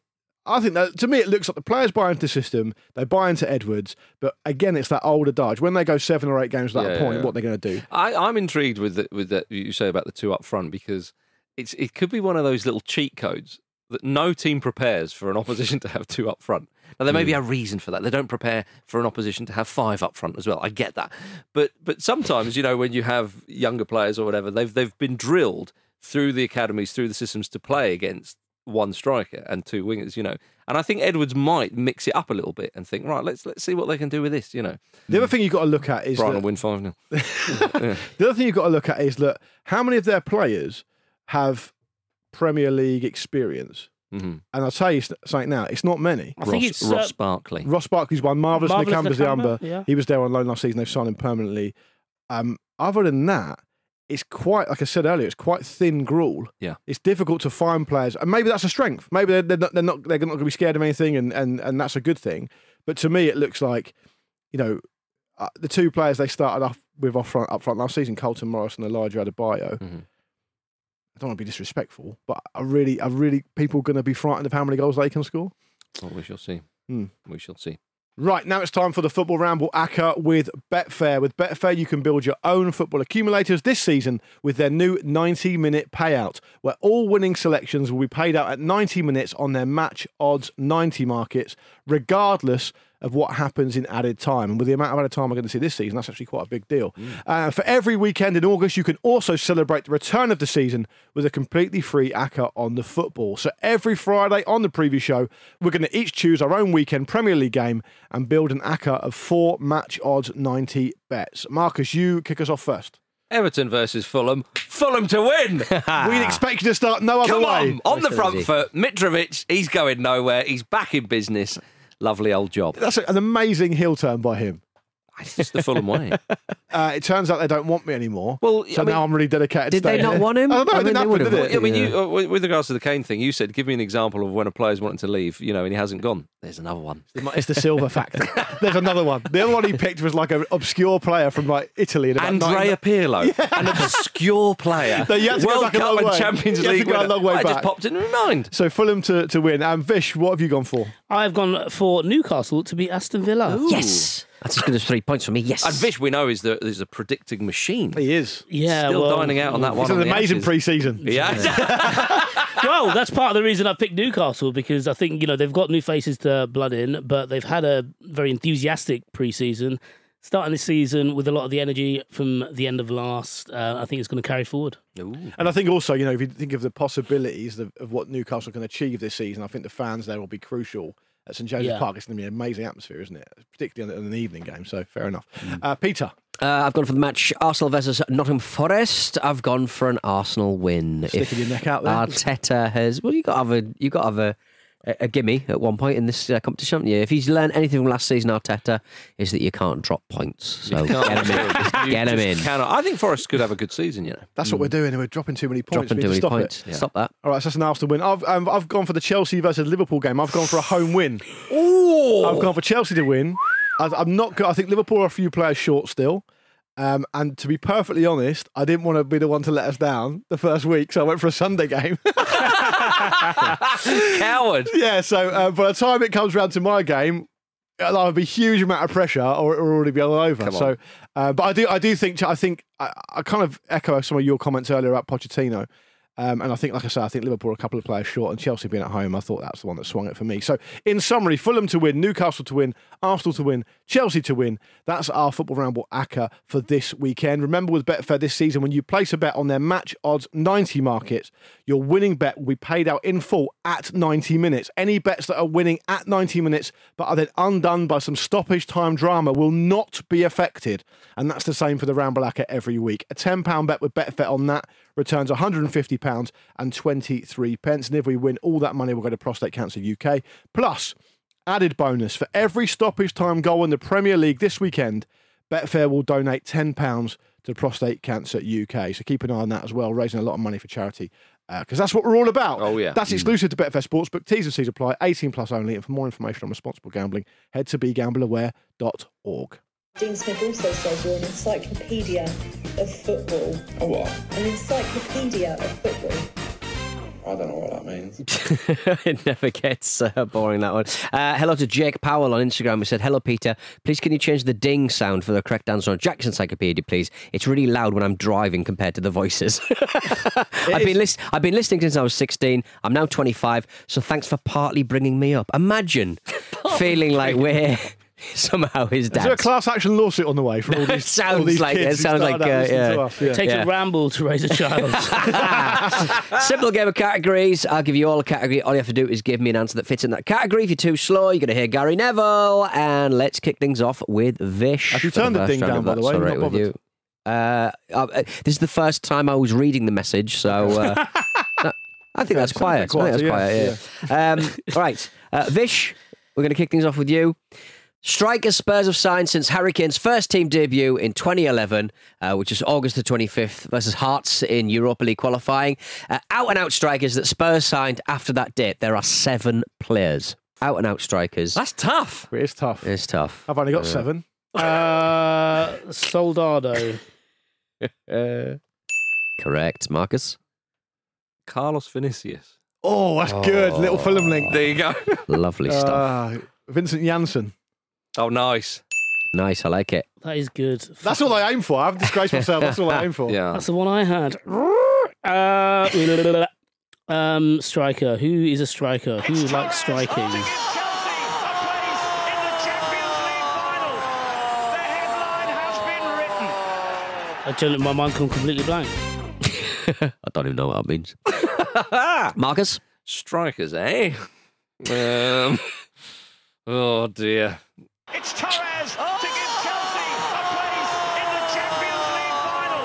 Speaker 3: I think that to me it looks like the players buy into the system, they buy into Edwards, but again, it's that older dodge. When they go seven or eight games without
Speaker 6: Yeah,
Speaker 3: a
Speaker 6: yeah,
Speaker 3: point,
Speaker 6: yeah.
Speaker 3: what they're going to do?
Speaker 6: I, I'm intrigued with the, with that you say about the two up front because it's it could be one of those little cheat codes that no team prepares for an opposition to have two up front. Now there may be a reason for that. They don't prepare for an opposition to have five up front as well. I get that, but but sometimes you know when you have younger players or whatever, they've they've been drilled through the academies, through the systems to play against one striker and two wingers. You know, and I think Edwards might mix it up a little bit and think right, let's let's see what they can do with this. You know,
Speaker 3: The other thing you've got to look at is
Speaker 6: Mm.
Speaker 3: that-
Speaker 6: Brighton will win five 0
Speaker 3: The other thing you've got to look at is look how many of their players have Premier League experience,
Speaker 6: Mhm.
Speaker 3: and I'll tell you s- something now: it's not many.
Speaker 7: I
Speaker 6: Ross,
Speaker 7: think it's uh,
Speaker 6: Ross Barkley.
Speaker 3: Ross Barkley's one, Marvellous,
Speaker 7: Marvellous
Speaker 3: Nick Ambers the
Speaker 7: Nakamba,
Speaker 3: Amber.
Speaker 7: yeah.
Speaker 3: He was there on loan last season. They've signed him permanently. Um, other than that, it's quite like I said earlier. It's quite thin gruel.
Speaker 6: Yeah.
Speaker 3: it's difficult to find players, and maybe that's a strength. Maybe they're, they're not they're not they're not going to be scared of anything, and, and and that's a good thing. But to me, it looks like, you know, uh, the two players they started off with off front, up front last season, Colton Morris and Elijah Adebayo. I don't want to be disrespectful, but I really, I really, people going to be frightened of how many goals they can score.
Speaker 6: Well, we Oh, shall see.
Speaker 3: Hmm.
Speaker 6: We shall see.
Speaker 3: Right, now it's time for the football ramble ACCA with Betfair. With Betfair, you can build your own football accumulators this season with their new 90 minute payout, where all winning selections will be paid out at 90 minutes on their match odds 90 markets, regardless of what happens in added time. And with the amount of added time we're going to see this season, that's actually quite a big deal.
Speaker 6: Mm.
Speaker 3: Uh, for every weekend in August, you can also celebrate the return of the season with a completely free ACCA on the football. So every Friday on the preview show, we're going to each choose our own weekend Premier League game and build an ACCA of four match odds 90 bets. Marcus, you kick us off first.
Speaker 6: Everton versus Fulham. Fulham to win.
Speaker 3: We'd expect you to start no other
Speaker 6: Ah. Come
Speaker 3: way.
Speaker 6: on, on the
Speaker 4: Nice and
Speaker 6: front
Speaker 4: easy.
Speaker 6: foot. Mitrovic, he's going nowhere. He's back in business. Lovely old job.
Speaker 3: That's an amazing heel turn by him.
Speaker 6: It's just the Fulham way.
Speaker 3: Uh, it turns out they don't want me anymore.
Speaker 6: Well,
Speaker 3: so
Speaker 6: I mean-
Speaker 3: now I'm really dedicated.
Speaker 4: Did
Speaker 3: to
Speaker 4: they
Speaker 3: staying
Speaker 4: not
Speaker 3: here.
Speaker 4: want him?
Speaker 3: I don't know.
Speaker 4: I
Speaker 3: it
Speaker 4: mean,
Speaker 3: didn't
Speaker 4: they
Speaker 3: happen,
Speaker 4: would've
Speaker 3: did it?
Speaker 4: wanted
Speaker 6: Yeah, I mean,
Speaker 4: Yeah.
Speaker 6: you, uh, with regards to the Kane thing, you said, give me an example of when a player's wanting to leave, you know, and he hasn't gone. There's another one.
Speaker 3: It's the silver factor. There's another one. The other one he picked was like an obscure player from like Italy. in about
Speaker 6: Andrea
Speaker 3: 19
Speaker 6: Pirlo, an obscure player.
Speaker 3: No, you had to go
Speaker 6: World
Speaker 3: back a
Speaker 6: Cup
Speaker 3: long
Speaker 6: and
Speaker 3: way.
Speaker 6: Champions
Speaker 3: You had to
Speaker 6: League.
Speaker 3: go a
Speaker 6: winner.
Speaker 3: long way
Speaker 6: I just
Speaker 3: back.
Speaker 6: popped it in my mind.
Speaker 3: So Fulham to, to win. Um, Vish, what have you gone for?
Speaker 7: I've gone for Newcastle to beat Aston Villa.
Speaker 4: Yes. That's as good as three points for me. Yes.
Speaker 6: And Vish, we know, is the is a predicting machine.
Speaker 3: He is.
Speaker 7: Yeah,
Speaker 6: Still
Speaker 7: well,
Speaker 6: dining out on that one.
Speaker 3: It's an
Speaker 6: on the
Speaker 3: amazing
Speaker 6: Ashes.
Speaker 3: pre-season.
Speaker 6: Yeah.
Speaker 7: well, that's part of the reason I picked Newcastle because I think you know they've got new faces to blood in, but they've had a very enthusiastic preseason. Starting this season with a lot of the energy from the end of last, uh, I think it's going to carry forward.
Speaker 3: And I think also, you know, if you think of the possibilities of, of what Newcastle can achieve this season, I think the fans there will be crucial. At St James's
Speaker 7: Yeah.
Speaker 3: Park, it's going to be an amazing atmosphere, isn't it? Particularly in an evening game. So fair enough. Uh, Peter,
Speaker 4: Uh, I've gone for the match Arsenal versus Nottingham Forest. I've gone for an Arsenal win.
Speaker 3: Sticking your neck out there.
Speaker 4: Arteta has. Well, you got to have a you got to have a, a, a gimme at one point in this uh, competition, haven't you? If he's learned anything from last season, Arteta is that you can't drop points. So
Speaker 6: Can't
Speaker 4: get him in.
Speaker 6: do it.
Speaker 4: Just
Speaker 6: You
Speaker 4: get him in.
Speaker 6: just cannot. I think Forrest could have a good season, you know.
Speaker 3: that's what we're doing. and We're dropping too many points.
Speaker 4: Dropping
Speaker 3: we
Speaker 4: too
Speaker 3: need to stop
Speaker 4: many points.
Speaker 3: It.
Speaker 4: Stop that.
Speaker 3: All right, so that's an Arsenal win. I've um, I've gone for the Chelsea versus Liverpool game. I've gone for a home win. I've gone for Chelsea to win. I, I'm not. go- I think Liverpool are a few players short still. Um, and to be perfectly honest, I didn't want to be the one to let us down the first week, so I went for a Sunday game.
Speaker 6: Coward.
Speaker 3: yeah. So uh, by the time it comes round to my game, there'll be a huge amount of pressure, or it'll already be all over. So, uh, but I do, I do think, I think, I, I kind of echo some of your comments earlier about Pochettino. Um, and I think, like I say, I think Liverpool are a couple of players short, and Chelsea being at home, I thought that's the one that swung it for me. So, in summary, Fulham to win, Newcastle to win, Arsenal to win, Chelsea to win. That's our football ramble acca for this weekend. Remember, with Betfair this season, when you place a bet on their match odds 90 markets, your winning bet will be paid out in full at 90 minutes. Any bets that are winning at 90 minutes but are then undone by some stoppage time drama will not be affected. And that's the same for the Ramble Acca every week. A £10 bet with Betfair on that returns £150 and 23 pence. And if we win, all that money will go to Prostate Cancer UK. Plus, added bonus for every stoppage time goal in the Premier League this weekend, Betfair will donate £10 to Prostate Cancer UK. So keep an eye on that as well, raising a lot of money for charity. Because that's what we're all about.
Speaker 6: Oh, yeah.
Speaker 4: Mm.
Speaker 3: That's exclusive to Betfair Sportsbook. T's and C's apply, 18 plus only. And for more information on responsible gambling, head to begambleaware.org.
Speaker 10: Dean Smith also says you're an encyclopedia of football.
Speaker 11: Oh, what?
Speaker 10: An encyclopedia of football.
Speaker 11: I don't know what that means.
Speaker 4: it never gets uh, boring that one. Uh, hello to Jake Powell on Instagram. We said, "Hello Peter, please can you change the ding sound for the correct answer on Jackson Encyclopedia, please? It's really loud when I'm driving compared to the voices." I've been list- I've been listening since I was 16. I'm now 25, so thanks for partly bringing me up. Imagine feeling like we're somehow his
Speaker 3: Is there a
Speaker 4: dad.
Speaker 3: class action lawsuit on the way for all
Speaker 4: it
Speaker 3: these, all
Speaker 4: sounds
Speaker 3: these
Speaker 4: like
Speaker 3: kids
Speaker 4: it
Speaker 3: who
Speaker 4: sounds like
Speaker 3: started out
Speaker 4: uh,
Speaker 3: listening to
Speaker 4: yeah.
Speaker 3: us? Yeah.
Speaker 7: Takes
Speaker 4: Yeah.
Speaker 7: a ramble to raise a child.
Speaker 4: Simple game of categories. I'll give you all a category. All you have to do is give me an answer that fits in that category. If you're too slow, you're going to hear Gary Neville. And let's kick things off with Vish.
Speaker 3: Have you
Speaker 4: for
Speaker 3: turned the
Speaker 4: first
Speaker 3: thing
Speaker 4: round,
Speaker 3: down,
Speaker 4: if
Speaker 3: by the
Speaker 4: that's
Speaker 3: way?
Speaker 4: all
Speaker 3: Not
Speaker 4: right with
Speaker 3: bothered?
Speaker 4: you. Uh, uh, this is the first time I was reading the message, so uh, no, I think
Speaker 3: sounds
Speaker 4: that's quiet.
Speaker 3: quite
Speaker 4: I think
Speaker 3: quiet,
Speaker 4: that's quiet. Yeah. Um, all right, uh, Vish, we're going to kick things off with you. Strikers Spurs have signed since Harry Kane's first team debut in 2011, uh, which is August the 25th, versus Hearts in Europa League qualifying. Uh, out and out strikers that Spurs signed after that date. There are seven players. Out and out strikers.
Speaker 6: That's tough.
Speaker 3: It is tough.
Speaker 4: It's tough.
Speaker 3: I've only got seven.
Speaker 7: uh, Soldado.
Speaker 4: Correct, Marcus.
Speaker 6: Carlos Vinicius.
Speaker 3: Oh, that's good. Little Fulham link.
Speaker 6: There you go.
Speaker 4: Lovely oh. stuff.
Speaker 3: Uh, Vincent Janssen.
Speaker 6: Oh, nice.
Speaker 4: Nice, I like it.
Speaker 7: That is good.
Speaker 3: That's all I aim for. I've disgraced myself. That's all I aim for.
Speaker 6: Yeah.
Speaker 7: That's the one I had. Uh, um, striker. Who is a striker? Who likes striking? Actually, my mind's gone completely blank.
Speaker 4: I don't even know what that means. Marcus?
Speaker 6: Strikers, eh? um, oh, dear.
Speaker 12: It's Torres to give Chelsea a place in the Champions League final.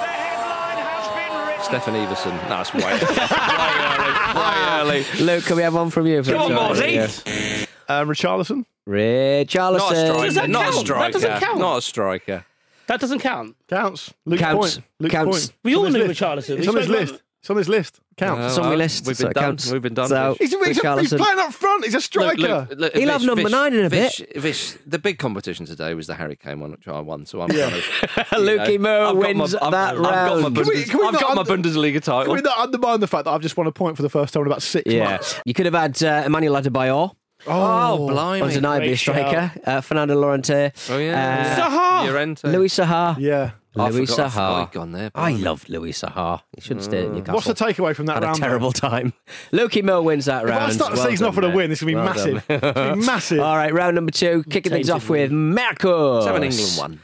Speaker 12: The headline has been written.
Speaker 6: Stefan Everson. No, That's way, way early. Way early.
Speaker 4: Luke, can we have one from you?
Speaker 6: Come on,
Speaker 7: uh,
Speaker 6: Marty.
Speaker 3: Um, Richarlison.
Speaker 4: Richarlison.
Speaker 6: Not a
Speaker 7: Does
Speaker 6: striker.
Speaker 7: that
Speaker 6: Not a
Speaker 7: count? That doesn't count.
Speaker 6: striker. Not a striker.
Speaker 7: That doesn't count.
Speaker 3: Counts. Luke's
Speaker 4: Counts.
Speaker 3: point. Luke's
Speaker 4: Counts.
Speaker 3: point.
Speaker 7: We
Speaker 3: It's
Speaker 7: all
Speaker 3: on his
Speaker 7: knew
Speaker 3: list.
Speaker 7: Richarlison.
Speaker 3: It's
Speaker 7: We
Speaker 3: on his
Speaker 7: spoke
Speaker 3: list.
Speaker 7: about-
Speaker 3: It's on his list. Counts.
Speaker 4: It's on my
Speaker 6: well,
Speaker 4: list.
Speaker 6: we've
Speaker 4: so
Speaker 6: been
Speaker 4: it
Speaker 6: done.
Speaker 4: counts.
Speaker 6: We've been done,
Speaker 4: So,
Speaker 6: Fish.
Speaker 3: He's, he's, he's
Speaker 4: Richarlison.
Speaker 3: playing up front. He's a striker.
Speaker 6: Look, look, look,
Speaker 4: He'll
Speaker 6: Vish,
Speaker 4: have number
Speaker 6: Vish,
Speaker 4: nine in a
Speaker 6: Vish, bit. Vish, the big competition today was the Harry Kane one, which I won. So I'm kind of, you
Speaker 4: Luke
Speaker 6: know,
Speaker 4: Moore
Speaker 6: I've got
Speaker 4: wins
Speaker 6: my, I've,
Speaker 4: that
Speaker 6: I've got my
Speaker 4: round. Can
Speaker 3: we-
Speaker 6: Bundes-
Speaker 3: can we
Speaker 6: I've
Speaker 3: not
Speaker 6: got my
Speaker 3: under-
Speaker 6: Bundesliga
Speaker 3: Can
Speaker 6: title.
Speaker 3: we not undermine the fact that I've just won a point for the first time in about six
Speaker 4: Yeah.
Speaker 3: months?
Speaker 4: You could have had uh, Emmanuel Adebayor.
Speaker 6: Oh, blimey!
Speaker 4: Undeniably a
Speaker 7: great
Speaker 4: striker. Uh, Fernando Lorente.
Speaker 6: Oh yeah,
Speaker 4: Uh,
Speaker 6: Zaha, Llorente.
Speaker 4: Luis Sahar.
Speaker 3: Yeah.
Speaker 6: I
Speaker 4: Louis
Speaker 6: forgot I've
Speaker 4: Sahar.
Speaker 6: gone there,
Speaker 4: I
Speaker 6: blimey.
Speaker 4: love Louis Sahar. He shouldn't stay
Speaker 6: Mm.
Speaker 4: at Newcastle.
Speaker 3: What's the takeaway from that
Speaker 4: Had
Speaker 3: round?
Speaker 4: a terrible time. Lukey Mill wins that
Speaker 3: If
Speaker 4: round.
Speaker 3: I start the
Speaker 4: Well
Speaker 3: season off
Speaker 4: done,
Speaker 3: with a
Speaker 4: mate.
Speaker 3: win, it's going to be
Speaker 4: Well
Speaker 3: massive.
Speaker 4: done.
Speaker 3: It's gonna be massive.
Speaker 4: All right, round number two, kicking things off with Marco.
Speaker 6: Let's have an England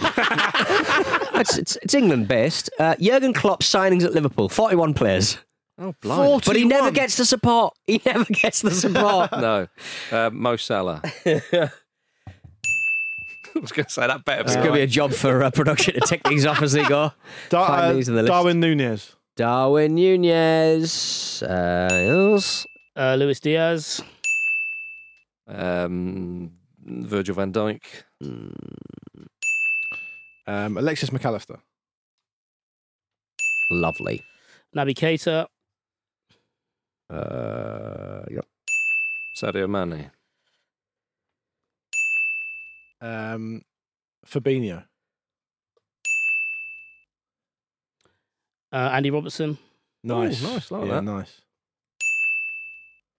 Speaker 6: one.
Speaker 4: It's, it's, it's England based. Uh, Jurgen Klopp signings at Liverpool, 41 players.
Speaker 6: Oh,
Speaker 3: Four-
Speaker 4: But he
Speaker 3: 41.
Speaker 4: never gets the support. He never gets the support.
Speaker 6: No, uh, Mo Salah. I was going to say that better.
Speaker 4: It's going to be a job for uh, production to tick these off as they go.
Speaker 3: Dar-
Speaker 4: Find
Speaker 3: uh,
Speaker 4: these in the list.
Speaker 3: Darwin Nunez.
Speaker 4: Darwin Nunez. Uh, yes.
Speaker 7: Uh, Luis Diaz.
Speaker 6: um, Virgil Van Dijk.
Speaker 4: mm.
Speaker 3: Um, Alexis McAllister.
Speaker 4: Lovely.
Speaker 7: Naby Keita.
Speaker 4: Uh, yep.
Speaker 6: Sadio Mane.
Speaker 3: Um, Fabinho.
Speaker 7: Uh, Andy Robertson.
Speaker 3: Nice.
Speaker 6: nice, like
Speaker 3: yeah,
Speaker 6: that.
Speaker 3: nice.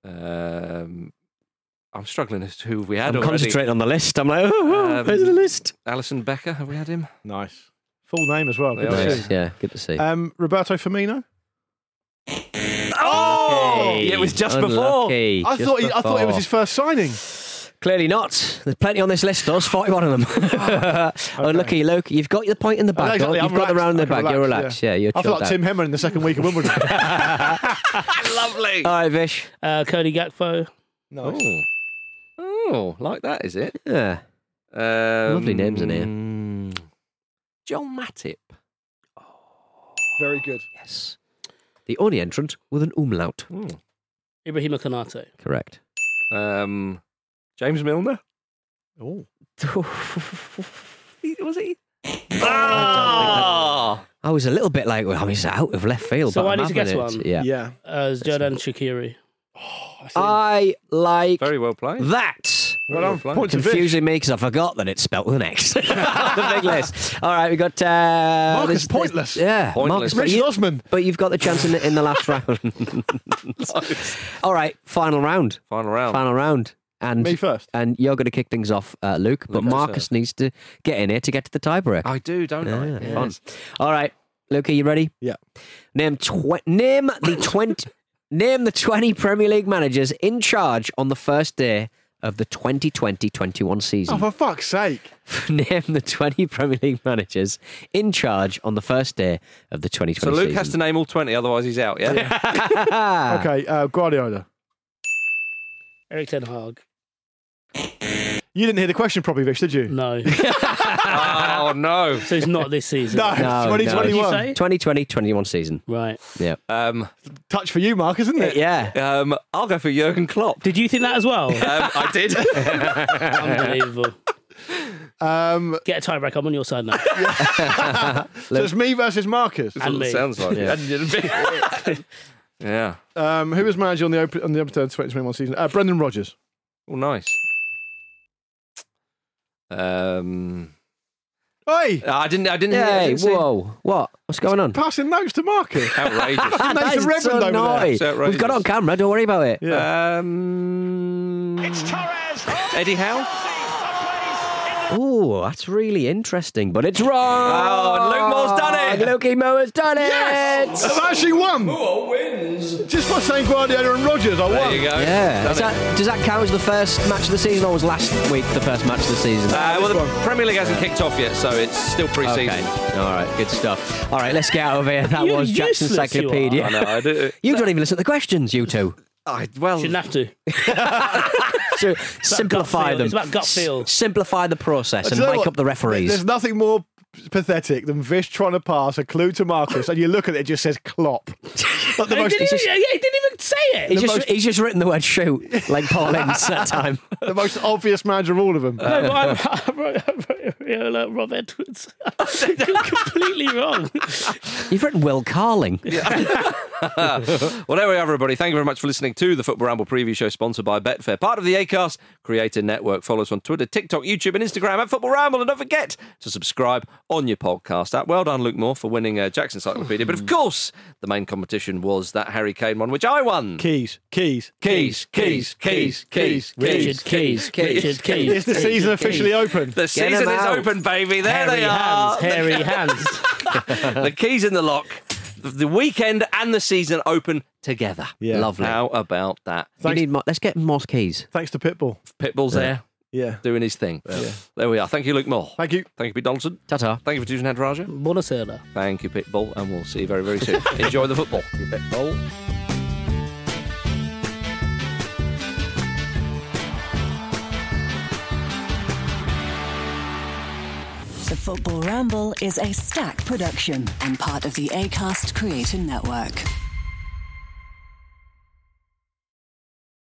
Speaker 6: Um, I'm struggling as to who we had
Speaker 4: I'm
Speaker 6: already.
Speaker 4: concentrating on the list. I'm like, oh,
Speaker 6: Um,
Speaker 4: where's the list?
Speaker 6: Alison Becker, have we had him?
Speaker 3: Nice. Full name as well. Good
Speaker 6: Yeah,
Speaker 3: to
Speaker 6: yeah.
Speaker 3: see.
Speaker 4: Yeah, good to see.
Speaker 3: Um, Roberto Firmino.
Speaker 6: Oh,
Speaker 4: Hey,
Speaker 6: yeah, it was just before.
Speaker 4: unlucky,
Speaker 3: I
Speaker 4: just
Speaker 3: thought he, I thought it was
Speaker 4: before.
Speaker 3: his first signing.
Speaker 4: Clearly not. There's plenty on this list, though. It's 41 of them. Unlucky, Luke. You've got the point in the bag.
Speaker 3: Yeah, exactly,
Speaker 4: though. You've
Speaker 3: I'm
Speaker 4: got the
Speaker 3: relaxed.
Speaker 4: round in the
Speaker 3: I
Speaker 4: bag.
Speaker 3: can
Speaker 4: You're
Speaker 3: relax,
Speaker 4: relaxed. Yeah, you're
Speaker 3: I feel
Speaker 4: chilled
Speaker 3: like
Speaker 4: out.
Speaker 3: Tim Hemmer in the second week of Wimbledon.
Speaker 6: Lovely.
Speaker 4: All right, Vish.
Speaker 7: Uh, Cody Gakpo.
Speaker 3: nice.
Speaker 6: Oh, oh, like that is it?
Speaker 4: Yeah.
Speaker 6: Um,
Speaker 4: Lovely names in
Speaker 6: here. John Matip.
Speaker 3: Very good.
Speaker 4: Oh. Yes. The only entrant with an umlaut.
Speaker 7: Ibrahima Konate.
Speaker 4: Correct.
Speaker 6: Um, James Milner.
Speaker 3: Oh.
Speaker 6: He- Was he?
Speaker 4: Ah! I was a little bit like, well, I mean, it's out of left field.
Speaker 7: So
Speaker 4: but
Speaker 7: I
Speaker 4: I'm
Speaker 7: need to
Speaker 4: having
Speaker 7: guess
Speaker 4: it.
Speaker 7: one.
Speaker 4: Yeah.
Speaker 3: Yeah.
Speaker 7: Uh, Jordan Shakiri.
Speaker 6: Ah.
Speaker 4: I like
Speaker 6: Very well played.
Speaker 4: that.
Speaker 3: Well done.
Speaker 6: Fine.
Speaker 3: Point to Vish.
Speaker 4: Confusing me because I forgot that it's spelt with an X. the big list. All right, we got. Uh, Marcus
Speaker 3: pointless.
Speaker 4: yeah, Marcus.
Speaker 6: Pointless.
Speaker 4: But,
Speaker 3: Richard
Speaker 4: you,
Speaker 3: Osman.
Speaker 4: but you've got the chance in the, in the last round. All right, final round.
Speaker 6: Final round.
Speaker 4: Final round. And
Speaker 3: Me first.
Speaker 4: And you're going to kick things off, uh, Luke. But
Speaker 6: Luke, that's
Speaker 4: Marcus
Speaker 6: it.
Speaker 4: needs to get in here to get to the tiebreak.
Speaker 6: I do, don't I?
Speaker 4: Yeah,
Speaker 6: Fun.
Speaker 4: yes. All right, Luke, are you ready?
Speaker 3: Yeah.
Speaker 4: Name tw- name the twenty name the twenty Premier League managers in charge on the first day of the 2020-21
Speaker 3: Oh,
Speaker 4: season.
Speaker 3: for fuck's sake.
Speaker 4: name the twenty Premier League managers in charge on the first day of the 2020
Speaker 6: So Luke
Speaker 4: season.
Speaker 6: has to name all twenty, otherwise he's out. Yeah.
Speaker 4: Ah.
Speaker 3: Okay, uh, Guardiola.
Speaker 7: Eric Ten Hag.
Speaker 3: You didn't hear the question properly, Vish, did you?
Speaker 7: No.
Speaker 6: oh no.
Speaker 7: so it's not this season.
Speaker 3: No,
Speaker 4: No, no.
Speaker 3: 2021.
Speaker 7: Did you say?
Speaker 4: 2020-21 season.
Speaker 7: Right.
Speaker 4: Yeah.
Speaker 6: Um,
Speaker 3: Touch for you, Mark, isn't it?
Speaker 4: Yeah.
Speaker 6: um, I'll go for Jurgen Klopp.
Speaker 7: Did you think that as well?
Speaker 6: Um, I did.
Speaker 7: Unbelievable.
Speaker 3: Um,
Speaker 7: Get a tiebreak. I'm on your side now.
Speaker 3: so it's me versus Marcus.
Speaker 7: And me.
Speaker 6: Sounds like
Speaker 4: Yeah.
Speaker 6: it. yeah.
Speaker 3: Um, who was manager on the open, on the open 2021 season? Uh, Brendan Rodgers.
Speaker 6: Well, nice. Um,
Speaker 3: Hey,
Speaker 6: I didn't. I didn't. hear- I
Speaker 4: Hey,
Speaker 6: didn't see-
Speaker 4: whoa. What? What's going on? Ah,
Speaker 3: passing notes to Marcus.
Speaker 6: Outrageous.
Speaker 4: That
Speaker 3: Nathan
Speaker 4: is
Speaker 3: Redmond
Speaker 4: so Uh,
Speaker 3: over there.
Speaker 4: naughty.
Speaker 6: It's outrageous.
Speaker 4: We've got it on camera, don't worry about it.
Speaker 3: Yeah.
Speaker 6: Um,
Speaker 12: Torres.
Speaker 6: Eddie Howe.
Speaker 4: Oh, that's really interesting, but it's wrong.
Speaker 6: Oh, and Luke Moore's done it.
Speaker 4: Lukey Moore has done it.
Speaker 3: Yes! I've actually won!
Speaker 6: wins?
Speaker 3: Just by saying Guardiola and Rogers, I won.
Speaker 6: There you go.
Speaker 4: Yeah.
Speaker 6: Done
Speaker 4: Is
Speaker 6: it.
Speaker 4: that, does that count as the first match of the season, or was last week the first match of the season?
Speaker 6: Uh, well, the Premier League hasn't kicked off yet, so it's still pre-season.
Speaker 4: Okay. All right. Good stuff. All right. Let's get out of here. That
Speaker 7: You're
Speaker 4: was Jackson's
Speaker 7: useless, you are.
Speaker 4: Encyclopedia.
Speaker 6: I know. I do.
Speaker 4: You don't even listen to the questions, you two.
Speaker 6: I, well,
Speaker 7: Shouldn't have to.
Speaker 4: So simplify
Speaker 7: feel.
Speaker 4: them.
Speaker 7: It's about gut
Speaker 4: S-
Speaker 7: feel.
Speaker 4: simplify the process
Speaker 3: Do
Speaker 4: and
Speaker 3: you know
Speaker 4: wake
Speaker 3: what?
Speaker 4: up the referees.
Speaker 3: There's nothing more pathetic than Vish trying to pass a clue to Marcus, and you look at it, it just says Klopp. Like the
Speaker 7: He
Speaker 3: most,
Speaker 7: didn't,
Speaker 3: it's just
Speaker 7: yeah, he didn't even say it.
Speaker 4: he's,
Speaker 3: the
Speaker 4: just,
Speaker 3: most-
Speaker 4: he's just written the word shoot like Paul Ince that time.
Speaker 3: the most obvious manager of all of them.
Speaker 7: No, but I, I, wrote, I wrote Raiola, Rob Edwards. completely wrong.
Speaker 4: You've written Will Carling.
Speaker 6: well, there we are, everybody. Thank you very much for listening to the Football Ramble preview show sponsored by Betfair, part of the ACAST Creator Network. Follow us on Twitter, TikTok, YouTube, and Instagram at Football Ramble. And don't forget to subscribe on your podcast app. Well done, Luke Moore, for winning uh, Jackson Encyclopedia. but of course, the main competition was that Harry Kane one, which I won.
Speaker 3: Keys, keys,
Speaker 6: Keys, keys, keys, keys,
Speaker 7: Richard Keys. Richard Keys.
Speaker 3: Is the season officially open?
Speaker 6: The season
Speaker 4: them
Speaker 6: is
Speaker 4: out.
Speaker 6: open, baby. There
Speaker 7: Hairy
Speaker 6: they are.
Speaker 7: hands. Hairy hands.
Speaker 6: the keys in the lock. The weekend and the season open together.
Speaker 3: Yeah.
Speaker 4: Lovely.
Speaker 6: How about that?
Speaker 4: You need more, let's get Moss Keys.
Speaker 3: Thanks to Pitbull.
Speaker 6: Pitbull's there
Speaker 3: Yeah.
Speaker 6: doing his thing. There we are. Thank you, Luke Moore.
Speaker 3: Thank you.
Speaker 6: Thank you, Pete Donaldson.
Speaker 4: Ta ta.
Speaker 6: Thank you for choosing Hadraja.
Speaker 7: Buonasera.
Speaker 6: Thank you, Pitbull, and we'll see you very, very soon. Enjoy the football. Pitbull.
Speaker 13: The Football Ramble is a stack production and part of the ACAST Creator Network.